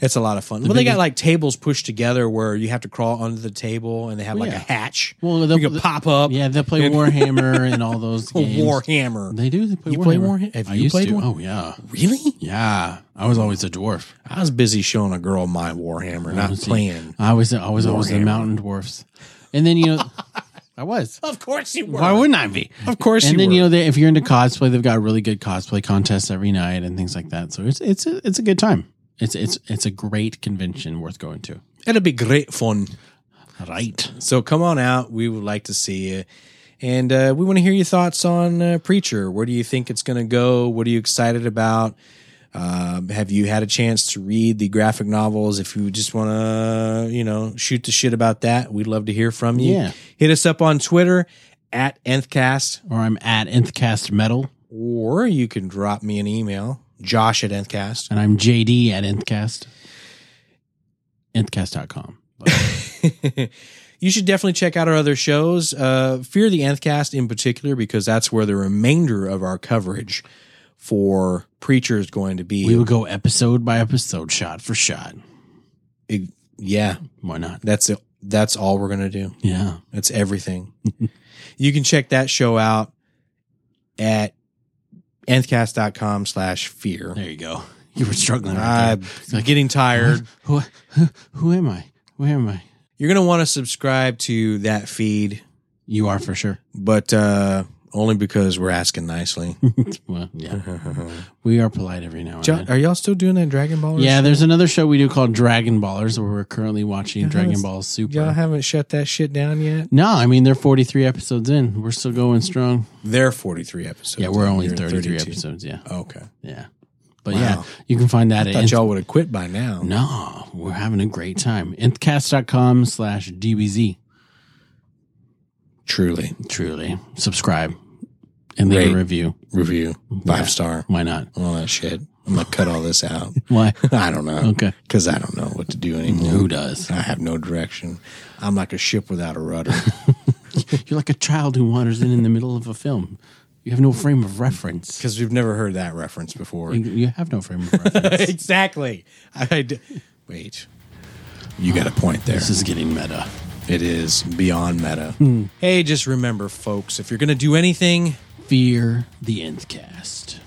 S2: it's a lot of fun well they
S1: Mm-hmm.
S2: got
S1: biggest-
S2: like tables pushed together where you have to crawl under the table and they have like
S1: Oh, yeah.
S2: a hatch
S1: Well,
S2: you can pop up
S1: yeah, they play Warhammer and all those
S2: a
S1: games.
S2: warhammer
S1: They do. They play
S2: You
S1: Warhammer.
S2: play Warhammer? Have
S1: I
S2: you
S1: used
S2: played
S1: to.
S2: one?
S1: Oh yeah,
S2: really
S1: yeah. I was always a dwarf.
S2: i was busy showing a girl my warhammer not
S1: Honestly.
S2: playing
S1: I was I was always the
S2: Warhammer.
S1: mountain dwarfs, and then you know, I was.
S2: of course you were
S1: Why wouldn't I be?
S2: of course
S1: And
S2: you
S1: then
S2: were
S1: you know, they, if you're into cosplay, they've got really good cosplay contests every night and things like that. So it's it's a, it's a good time. It's it's it's a great convention worth going to.
S2: it'll be great fun
S1: Right.
S2: So come on out. We would like to see you. And uh, we want to hear your thoughts on uh, Preacher. Where do you think it's going to go? What are you excited about? Um, have you had a chance to read the graphic novels? If you just want to, you know, shoot the shit about that, we'd love to hear from you.
S1: Yeah.
S2: Hit us up on Twitter at nthcast,
S1: Or I'm at Nthcast Metal,
S2: or you can drop me an email, josh at nthcast.
S1: and I'm JD at Nthcast. Nthcast.com.
S2: you should definitely check out our other shows, uh, Fear the Nth Cast in particular, because that's where the remainder of our coverage for Preacher is going to be.
S1: We would go episode by episode, shot for shot.
S2: It- yeah,
S1: Why not?
S2: that's it. That's all we're going to do.
S1: Yeah.
S2: That's everything. you can check that show out at nthcast.com slash fear.
S1: There you go. You were struggling. Right
S2: I'm getting
S1: there.
S2: tired.
S1: Who, who, who am I? Where am I?
S2: You're going to want to subscribe to that feed,
S1: You are for sure.
S2: but uh, only because we're asking nicely.
S1: well, yeah. We are polite every now and
S2: Jo-
S1: then.
S2: Are y'all still doing that Dragon Ball?
S1: Yeah, there's another show we do called Dragon Ballers where we're currently watching
S2: Yeah,
S1: Dragon
S2: that's-
S1: Ball Super.
S2: Y'all haven't shut that shit down yet.
S1: no, I mean, they're 43 episodes in. We're still going strong.
S2: They're 43 episodes.
S1: Yeah, we're only
S2: You're
S1: 33
S2: 32.
S1: episodes. Yeah.
S2: Okay.
S1: Yeah. But
S2: Wow.
S1: yeah, you can find that at
S2: Thought
S1: Nth-
S2: y'all would have quit by now.
S1: No, we're having a great time. Nthcast.com slash DBZ.
S2: Truly.
S1: Truly. Subscribe and leave
S2: Rate.
S1: a review.
S2: Review. Five
S1: Yeah.
S2: star.
S1: Why not?
S2: All that shit. I'm going to cut all this out.
S1: Why?
S2: I don't know.
S1: Okay.
S2: Because I don't know what to do anymore.
S1: Who does?
S2: I have no direction. I'm like a ship without a rudder.
S1: You're like a child who wanders in in the middle of a film. You have no frame of reference.
S2: Because we've never heard that reference before.
S1: You- You have no frame of reference.
S2: exactly. I, I d- Wait. You got a point there.
S1: this is getting meta.
S2: It is beyond meta. Hey, just remember, folks, if you're going to do anything,
S1: Fear the Nthcast.